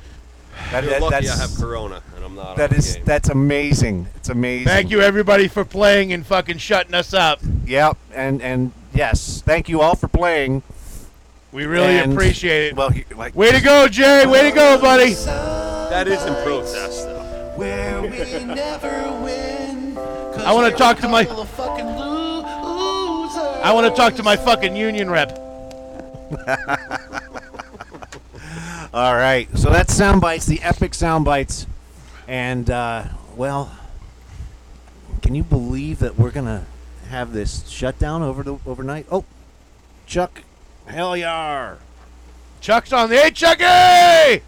D: That-
L: You're
D: that-
L: lucky I
D: that's,
L: have Corona and I'm not.
D: that
L: on
D: is
L: The game.
D: that's amazing. It's amazing.
C: Thank you, everybody, for playing and fucking shutting us up.
D: Yep, and and yes, thank you all for playing.
C: We really
D: And-
C: appreciate it.
D: Well, he- like-
C: way to go, Jay. Way to go, buddy.
L: That is in protest, though.
N: Where we never win. 'cause
C: I wanna
N: we're
C: talk
N: a
C: to my-
N: couple of fucking
C: I want to talk to my fucking union rep.
D: All right. So that's sound bites, the epic sound bites. And, uh, well, can you believe that we're going to have this shutdown over the overnight? Oh, Chuck. Hell yeah.
C: Chuck's on the. Hey, Chucky!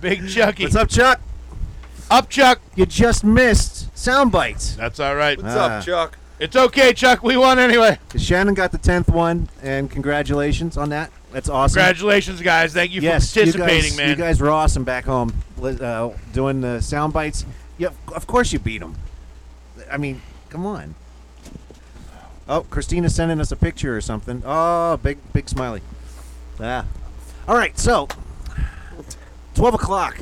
C: Big Chucky.
D: What's up, Chuck?
C: Up, Chuck.
D: You just missed sound bites.
C: That's all right.
D: What's up, Ah.
L: Chuck?
C: It's okay, Chuck. We won anyway.
D: Shannon got the 10th one, and congratulations on that. That's awesome.
C: Congratulations, guys. Thank you
D: yes,
C: for participating,
D: you guys,
C: man.
D: You guys were awesome back home li- uh, doing the sound bites. Yeah, of course you beat them. I mean, come on. Oh, Christina's sending us a picture or something. Oh, big big smiley. Ah. All right, so twelve o'clock.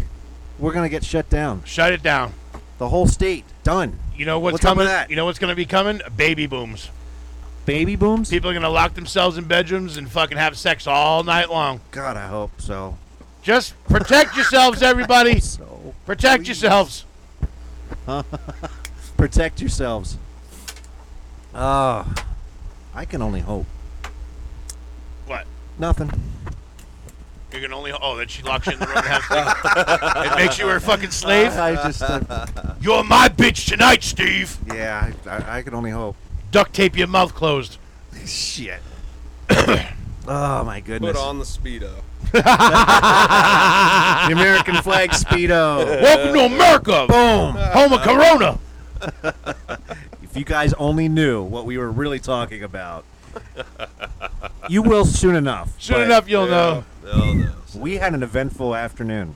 D: We're gonna get shut down.
C: Shut it down.
D: The whole state done.
C: You know what's,
D: What's up
C: coming?
D: with that?
C: You know what's going to be coming? Baby booms.
D: Baby booms.
C: People are going to lock themselves in bedrooms and fucking have sex all night long.
D: God, I hope so.
C: Just protect yourselves, everybody.
D: So
C: Protect yourselves.
D: protect yourselves. Oh, I can only hope.
C: What?
D: Nothing.
C: You can only oh that she locks you in the room and has it makes you her fucking slave.
D: I just. uh,
C: You're my bitch tonight, Steve.
D: yeah, I, I, I can only hope.
C: Duct tape your mouth closed.
D: Shit. oh my goodness.
L: Put on the speedo.
D: the American flag speedo.
C: Welcome to America.
D: Boom.
C: Home of Corona.
D: If you guys only knew what we were really talking about, you will soon enough.
C: Soon
D: but
C: enough, you'll
B: Oh.
C: know.
L: They'll know.
D: We had an eventful afternoon,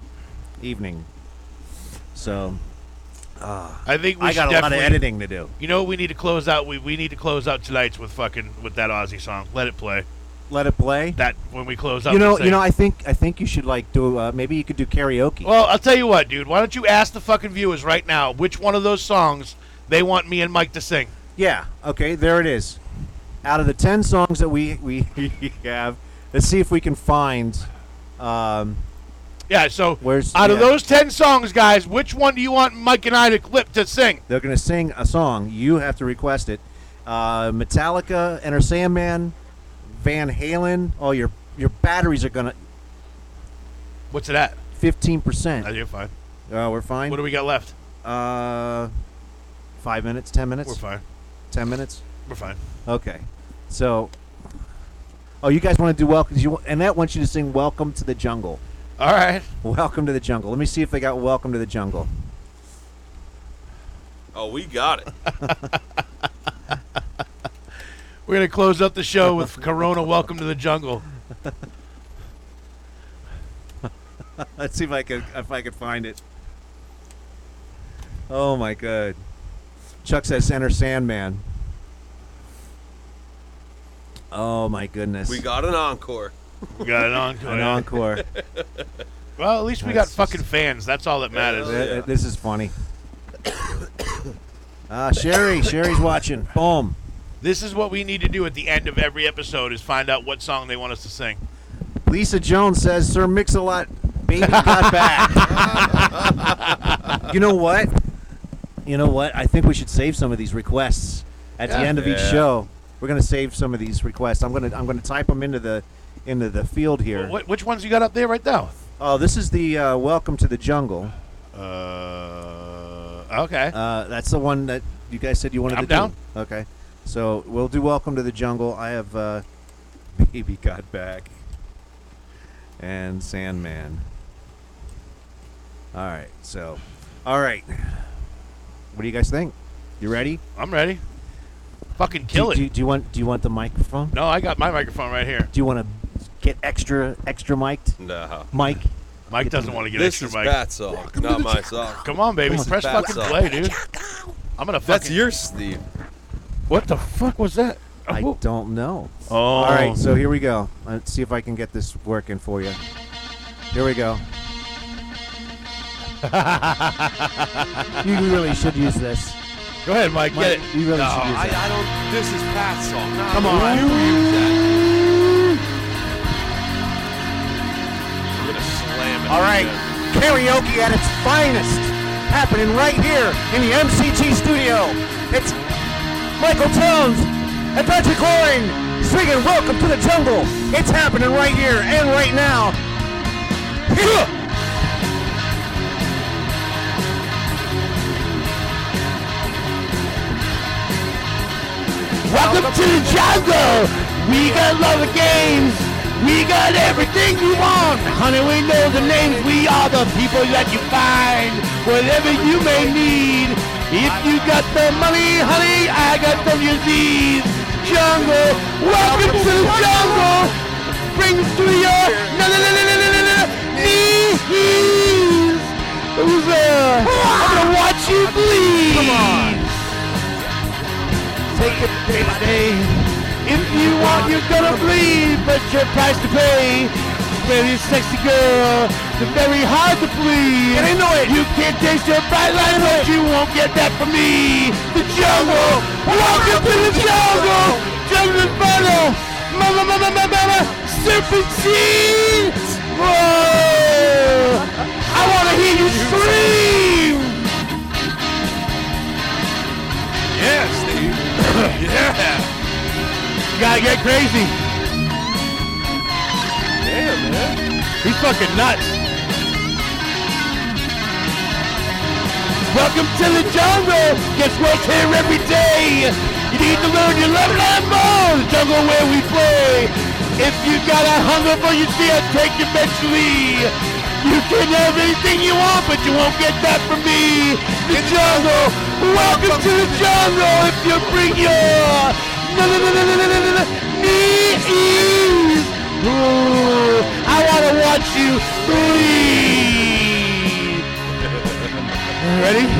D: evening. So, uh,
C: I think we
D: I got
C: should
D: a lot of
C: definitely-
D: editing to do.
C: You know what we need to close out. We we need to close out tonight's with fucking with that Aussie song. Let it play.
D: Let it play.
C: That when we close out.
D: you know,
C: we'll say-
D: you know. I think I think you should like do. Uh, maybe you could do karaoke.
C: Well, I'll tell you what, dude. Why don't you ask the fucking viewers right now which one of those songs they want me and Mike to sing?
D: Yeah. Okay. There it is. Out of the ten songs that we we have, let's see if we can find. Um,
C: Yeah. So
D: where's
C: out of
D: yeah,
C: those ten songs, guys, which one do you want Mike and I to clip to sing?
D: They're gonna sing a song. You have to request it. Uh, Metallica, Enter Sandman, Van Halen. Oh, your your batteries are gonna
C: What's it at?
D: fifteen percent.
C: Oh, you're fine.
D: Oh, we're fine.
C: What do we got left?
D: Uh, five minutes, ten minutes.
C: We're fine.
D: Ten minutes.
C: We're fine.
D: Okay. So, oh, you guys want to do welcome? You and that wants you to sing "Welcome to the Jungle."
C: All right.
D: Welcome to the jungle. Let me see if they got "Welcome to the Jungle."
L: Oh, we got it.
C: We're gonna close up the show with Corona. Welcome to the jungle.
D: Let's see if I can if I can find it. Oh my god! Chuck says "Enter Sandman." Oh my goodness!
L: We got an encore.
C: We got an encore.
D: an encore.
C: Well, at least we got
D: That's
C: fucking fans. That's all that matters.
D: Th- Uh, This is funny. Ah, Sherry, Sherry's watching. Boom.
C: This is what we need to do at the end of every episode: is find out what song they want us to sing.
D: Lisa Jones says, "Sir Mix-a-Lot, baby got back." you know what? You know what? I think we should save some of these requests at the
L: Yeah.
D: end of each
L: Yeah.
D: show. We're gonna save some of these requests. I'm gonna I'm gonna type them into the into the field here.
C: Wh- which ones you got up there right now?
D: Oh, this is the uh, Welcome to the Jungle.
C: Uh, okay.
D: Uh, that's the one that you guys said you wanted
C: I'm
D: to
C: down.
D: do. Okay, so we'll do Welcome to the Jungle. I have uh, Baby Got Back and Sandman. All right, so all right, what do you guys think? You ready?
C: I'm ready. Fucking
D: do,
C: kill it.
D: Do, do you want Do you want the microphone?
C: no, I got my microphone right here.
D: Do you want to get extra extra mic'd?
L: No.
D: Mike,
C: Mike doesn't want to get
L: This
C: extra
L: is
C: mic.
L: Pat's song, not my song.
C: Come on, baby,
L: This is
C: press
L: Pat's
C: fucking
L: song.
C: play, dude. I'm gonna fucking.
L: That's your Steve.
C: what the fuck was that?
D: I
C: Oh.
D: don't know.
C: Oh.
D: All right, so here we go. Let's see if I can get this working for you. Here we go. you really should use this.
C: Go ahead, Mike.
D: Mike,
C: get it.
D: you really
C: No,
D: should use
L: I,
D: that.
L: I don't. This is Pat's song.
D: Come on.
L: You use that.
C: slamming.
F: All right, karaoke at its finest, happening right here in the MCG studio. It's Michael Jones and Patrick Loring singing "Welcome to the Jungle." It's happening right here and right now. Hyah!
B: Welcome to the jungle. We got love of games. We got everything you want. Honey, we know the names. We are the people that you find. Whatever you may need. If you got the money, honey, I got the disease. Jungle. Welcome to the jungle. Brings to your no, no, no, no, no, no, no, no, knees. Who's there? I'm gonna watch you bleed. Come on take it day by day. If you want, you're gonna bleed, but your price to pay. Very sexy girl, they're very hard to please. And I know it. You can't taste your bright light, but you won't get that from me. The jungle, welcome to the jungle. Jungle inferno, mama, mama, mama, mama, serpentine. Whoa! I wanna hear you scream.
C: Yeah, Steve. yeah.
B: You gotta get crazy. Damn, man. He's fucking nuts. Welcome to the jungle. Guess what's here every day? You need to learn your love and more. The jungle where we play. If you got a hunger for your fear, take it mentally. You can have anything you want, but you won't get that from me. The jungle. Welcome to the jungle. If you bring your no no no no no no no no knees. Ooh, I wanna watch you bleed. Ready?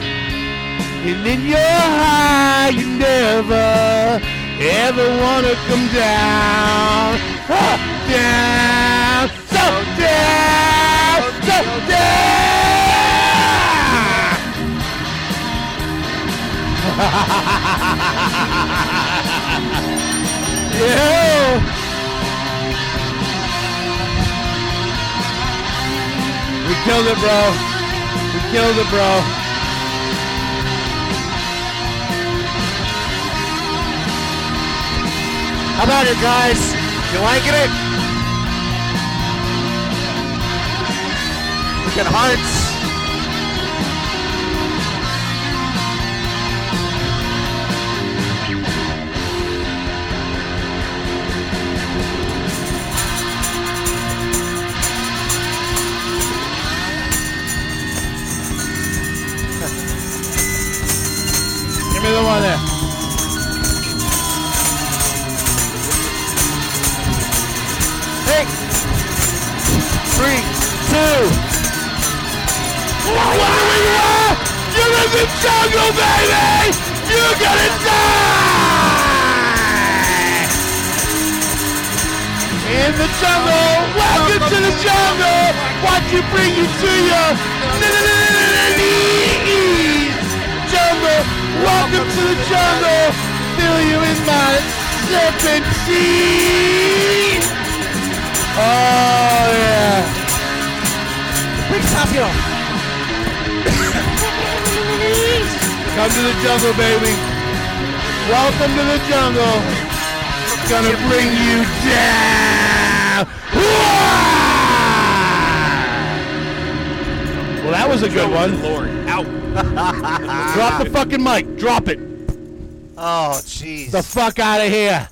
B: And in your heart, you never ever wanna come down, Ah, down, so down, so down. yeah. We killed it, bro. We killed it, bro.
F: How about it, guys? You like it? We got hearts.
B: Give me the one there. Hey. Three, two. Whatever you are, you're in the jungle, baby. You're gonna die. In the jungle, welcome to the jungle. Watch you bring you to your knees. Jungle, welcome to the jungle. Feel you in my serpentine. Oh yeah. Big Tapio. Come to the jungle, baby. Welcome to the jungle. It's gonna bring you down. Well, that was a good one. Out. Drop the fucking mic. Drop it.
F: Oh, jeez.
B: The fuck out of here.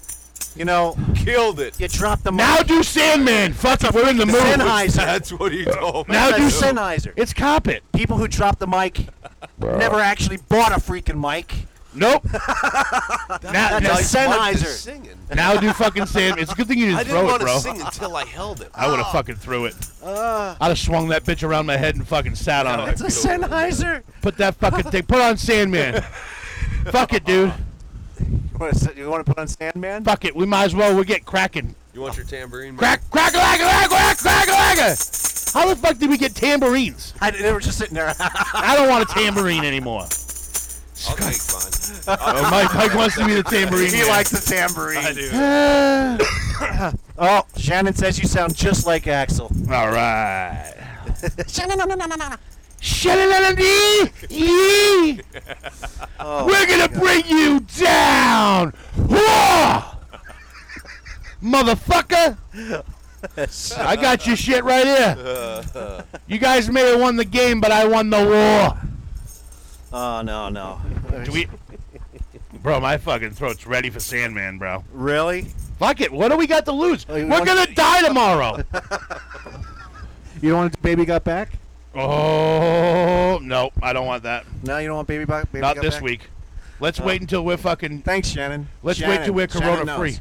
F: You know,
C: killed it.
F: You dropped the mic.
B: Now do Sandman. Fuck it. We're in the mood.
F: Sennheiser.
C: That's what he told me.
B: Now do
F: Sennheiser.
B: It's cop it.
F: People who dropped the mic never actually bought a freaking mic.
B: Nope.
F: That's a Sennheiser.
C: singing.
B: Now do fucking Sandman. It's a good thing you didn't
C: I
B: throw
C: didn't want
B: it, bro.
C: to sing until I held it.
B: I would have fucking threw it. I'd have swung that bitch around my head and fucking sat on it.
F: It's a Sennheiser.
B: Put that fucking thing. Put on Sandman. Fuck it, dude.
F: You want to you want to put on Sandman?
B: Fuck it. We might as well. We get cracking.
C: You want your tambourine?
B: Crack, crack, crack, crack, crack, crack, crack. How the fuck did we get tambourines?
F: I, they were just sitting there.
B: I don't want a tambourine anymore.
C: I'll take mine.
R: Oh, Mike- Mike wants to be the tambourine
D: He
R: man.
D: likes the tambourine.
R: I do.
D: oh, Shannon says you sound just like Axel.
R: All right.
C: Shannon We're gonna bring you down, Whoa! motherfucker. I got your shit right here. You guys may have won the game, but I won the war.
D: Oh no no.
R: Do we? Bro, my fucking throat's ready for Sandman, bro.
D: Really?
R: Fuck it. What do we got to lose?
S: Oh,
R: We're gonna die tomorrow.
S: You don't want to do Baby Got Back?
R: oh no, I don't want that.
D: No, you don't want baby back. Baby
R: Not
D: Got
R: this
D: Back?
R: week. Let's
D: Oh.
R: wait until we're fucking.
D: Thanks, Shannon.
R: Let's wait till
D: Shannon-
R: we're
D: Shannon
R: corona free.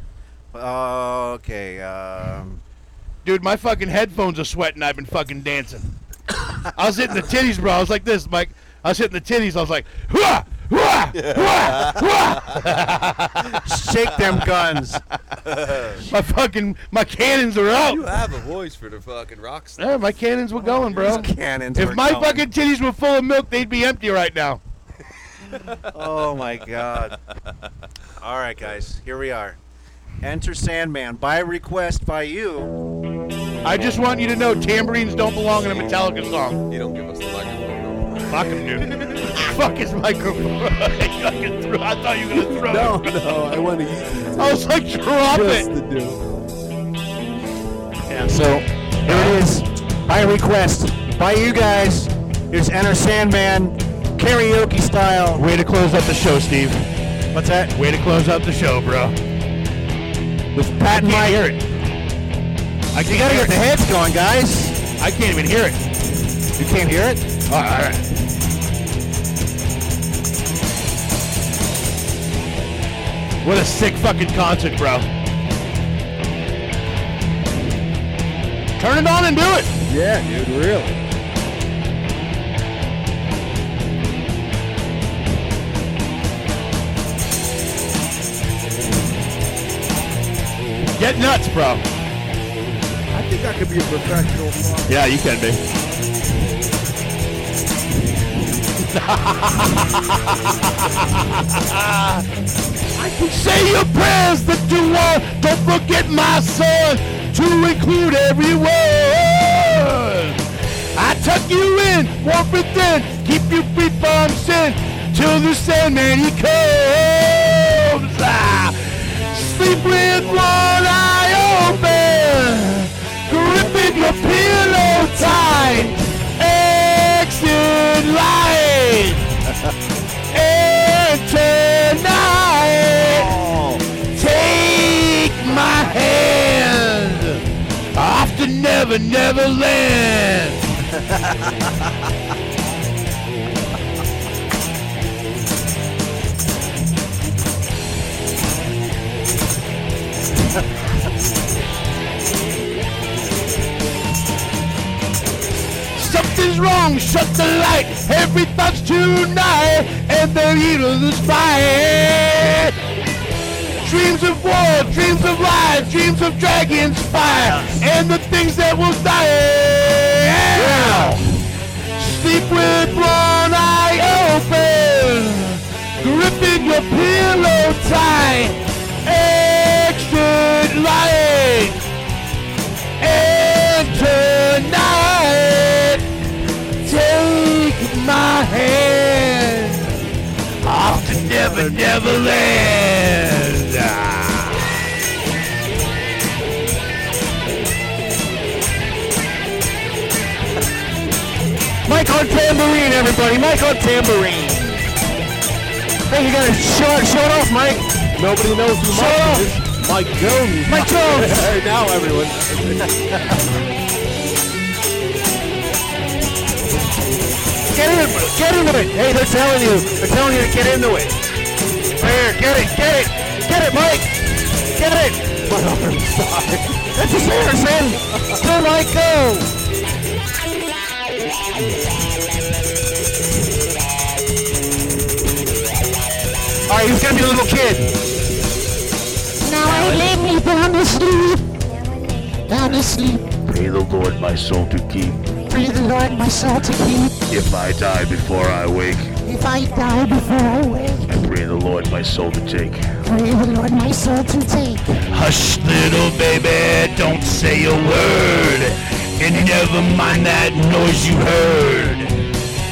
D: knows. Uh, okay. Um,
R: Dude, my fucking headphones are sweating. I've been fucking dancing. I was hitting the titties, bro. I was like this, Mike. I was hitting the titties. I was like, hua, hua, hua, hua.
D: Shake them guns.
R: my fucking my cannons are
B: Oh.
R: out.
T: You have a voice for the fucking rock star.
R: Yeah, my cannons were going, bro.
T: These cannons
R: If
T: were
R: my
T: going.
R: fucking titties were full of milk, they'd be empty right now.
D: oh my god. All right, guys. Here we are. Enter Sandman by request by you.
R: I just want you to know tambourines don't belong in a Metallica song.
T: You don't give us the microphone.
R: Fuck him, dude. Fuck his microphone. I fucking threw- I thought you were gonna throw it.
B: no, I want to eat these.
R: I was like, drop
B: Just
R: it.
B: to do.
R: Yeah.
D: So here it is. By request by you guys. Here's Enter Sandman, karaoke style.
R: Way to close up the show, Steve.
D: What's that?
R: Way to close up the show, bro.
D: With Pat and Mike.
R: hear it. I
D: You gotta get the heads going, guys.
R: I can't even hear it.
D: You can't hear it?
R: All right. What a sick fucking concert, bro. Turn it on and do it.
B: Yeah, dude, really.
R: Get nuts, bro.
B: I think I could be a professional.
R: Yeah, you can be.
C: Say your prayers that you want. Don't forget my son to include everyone. I tuck you in, warp it thin, keep you free from sin till the Sandman he comes. Ah, sleep with one eye open, gripping your pillow tight. Exit light. And tonight, take my hand off to Never Never Land. Something's wrong, shut the light. Every thought's tonight, and the heat of this fire. Dreams of war, dreams of lies, dreams of dragons fire, and the things that will die. Sleep with one eye open, gripping your pillow tight. Exit light, and tonight, take my hand off to Never Never Land.
D: Mike on tambourine, everybody. Mike on tambourine. Hey, you gotta show it, show it off, Mike.
B: Nobody knows who
D: Show it off.
B: Mike Jones.
D: Mike Jones.
B: now everyone.
D: Get in, get into it. Hey, they're telling you, they're telling you to get into it. Right here, get it, get it, get it, Mike. Get it. My arm's sorry. That's a Sanderson. Go, Mike, go. All right, he's gonna be a little kid.
C: Now I lay me down to sleep. Down to sleep.
U: Pray the Lord my soul to keep.
C: Pray the Lord my soul to keep.
U: If I die before I wake,
F: If I die before I wake,
C: Pray the Lord my soul to take.
F: pray the Lord my soul to take.
C: Hush, little baby, don't say a word. And never mind that noise you heard.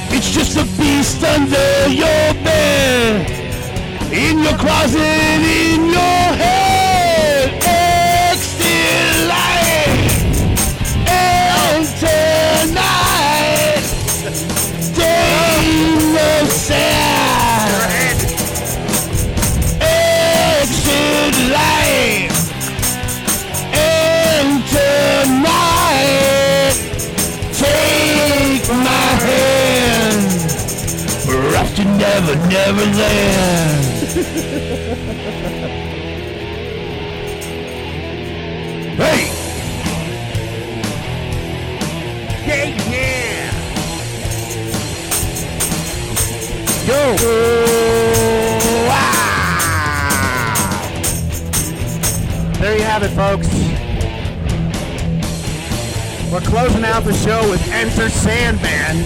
C: It's just a beast under your bed, in your closet, in your head. Extra light, and tonight, day of sad. Exit light, and tonight, take my hand. We're off to never, never hey! Hey, yeah! Yo!
D: There you have it, folks. We're closing out the show with Enter Sandman.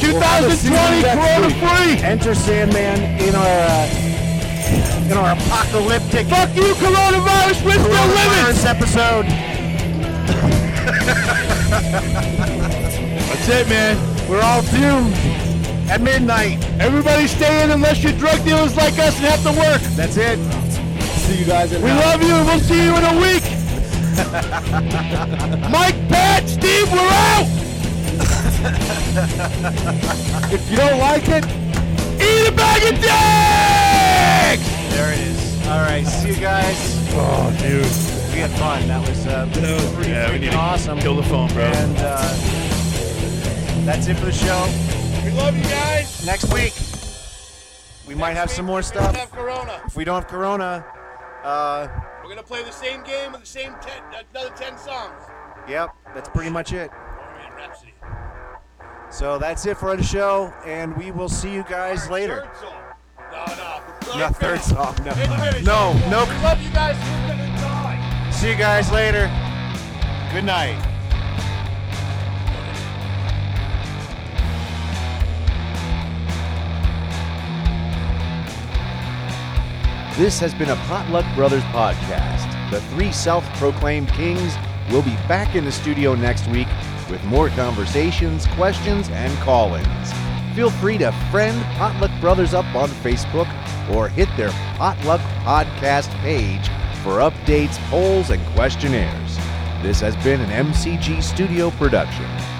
C: 2020 Corona
D: free. Enter Sandman in our uh, in our apocalyptic. Fuck you, coronavirus. We're still living. episode. That's it, man. We're all doomed at midnight. Everybody stay in unless you're drug dealers like us and have to work. That's it. See you guys. In
C: We love you, and we'll see you in a week! Mike, Pat, Steve, we're out!
V: If you don't like it,
C: Eat a bag of dicks!
D: There it is. All right, see you guys.
W: Oh, dude.
D: We had fun. That was uh, that was pretty
W: Yeah, we
D: freaking
W: need to
D: awesome.
W: kill the phone, bro.
D: And uh, that's it for the show. We love you guys. Next week, we might have some more stuff.
W: Corona.
D: If we don't have Corona, uh,
W: We're gonna play the same game with the same ten, another ten songs.
D: yep, that's pretty much it. So that's it for the show, and we will see you guys later. No, third song. No, no, no.
W: Love you guys. We're gonna die.
D: See you guys later. Good night.
X: This has been a Potluck Brothers podcast. The three self proclaimed kings will be back in the studio next week with more conversations, questions, and call ins. Feel free to friend Potluck Brothers up on Facebook or hit their Potluck Podcast page for updates, polls, and questionnaires. This has been an MCG Studio production.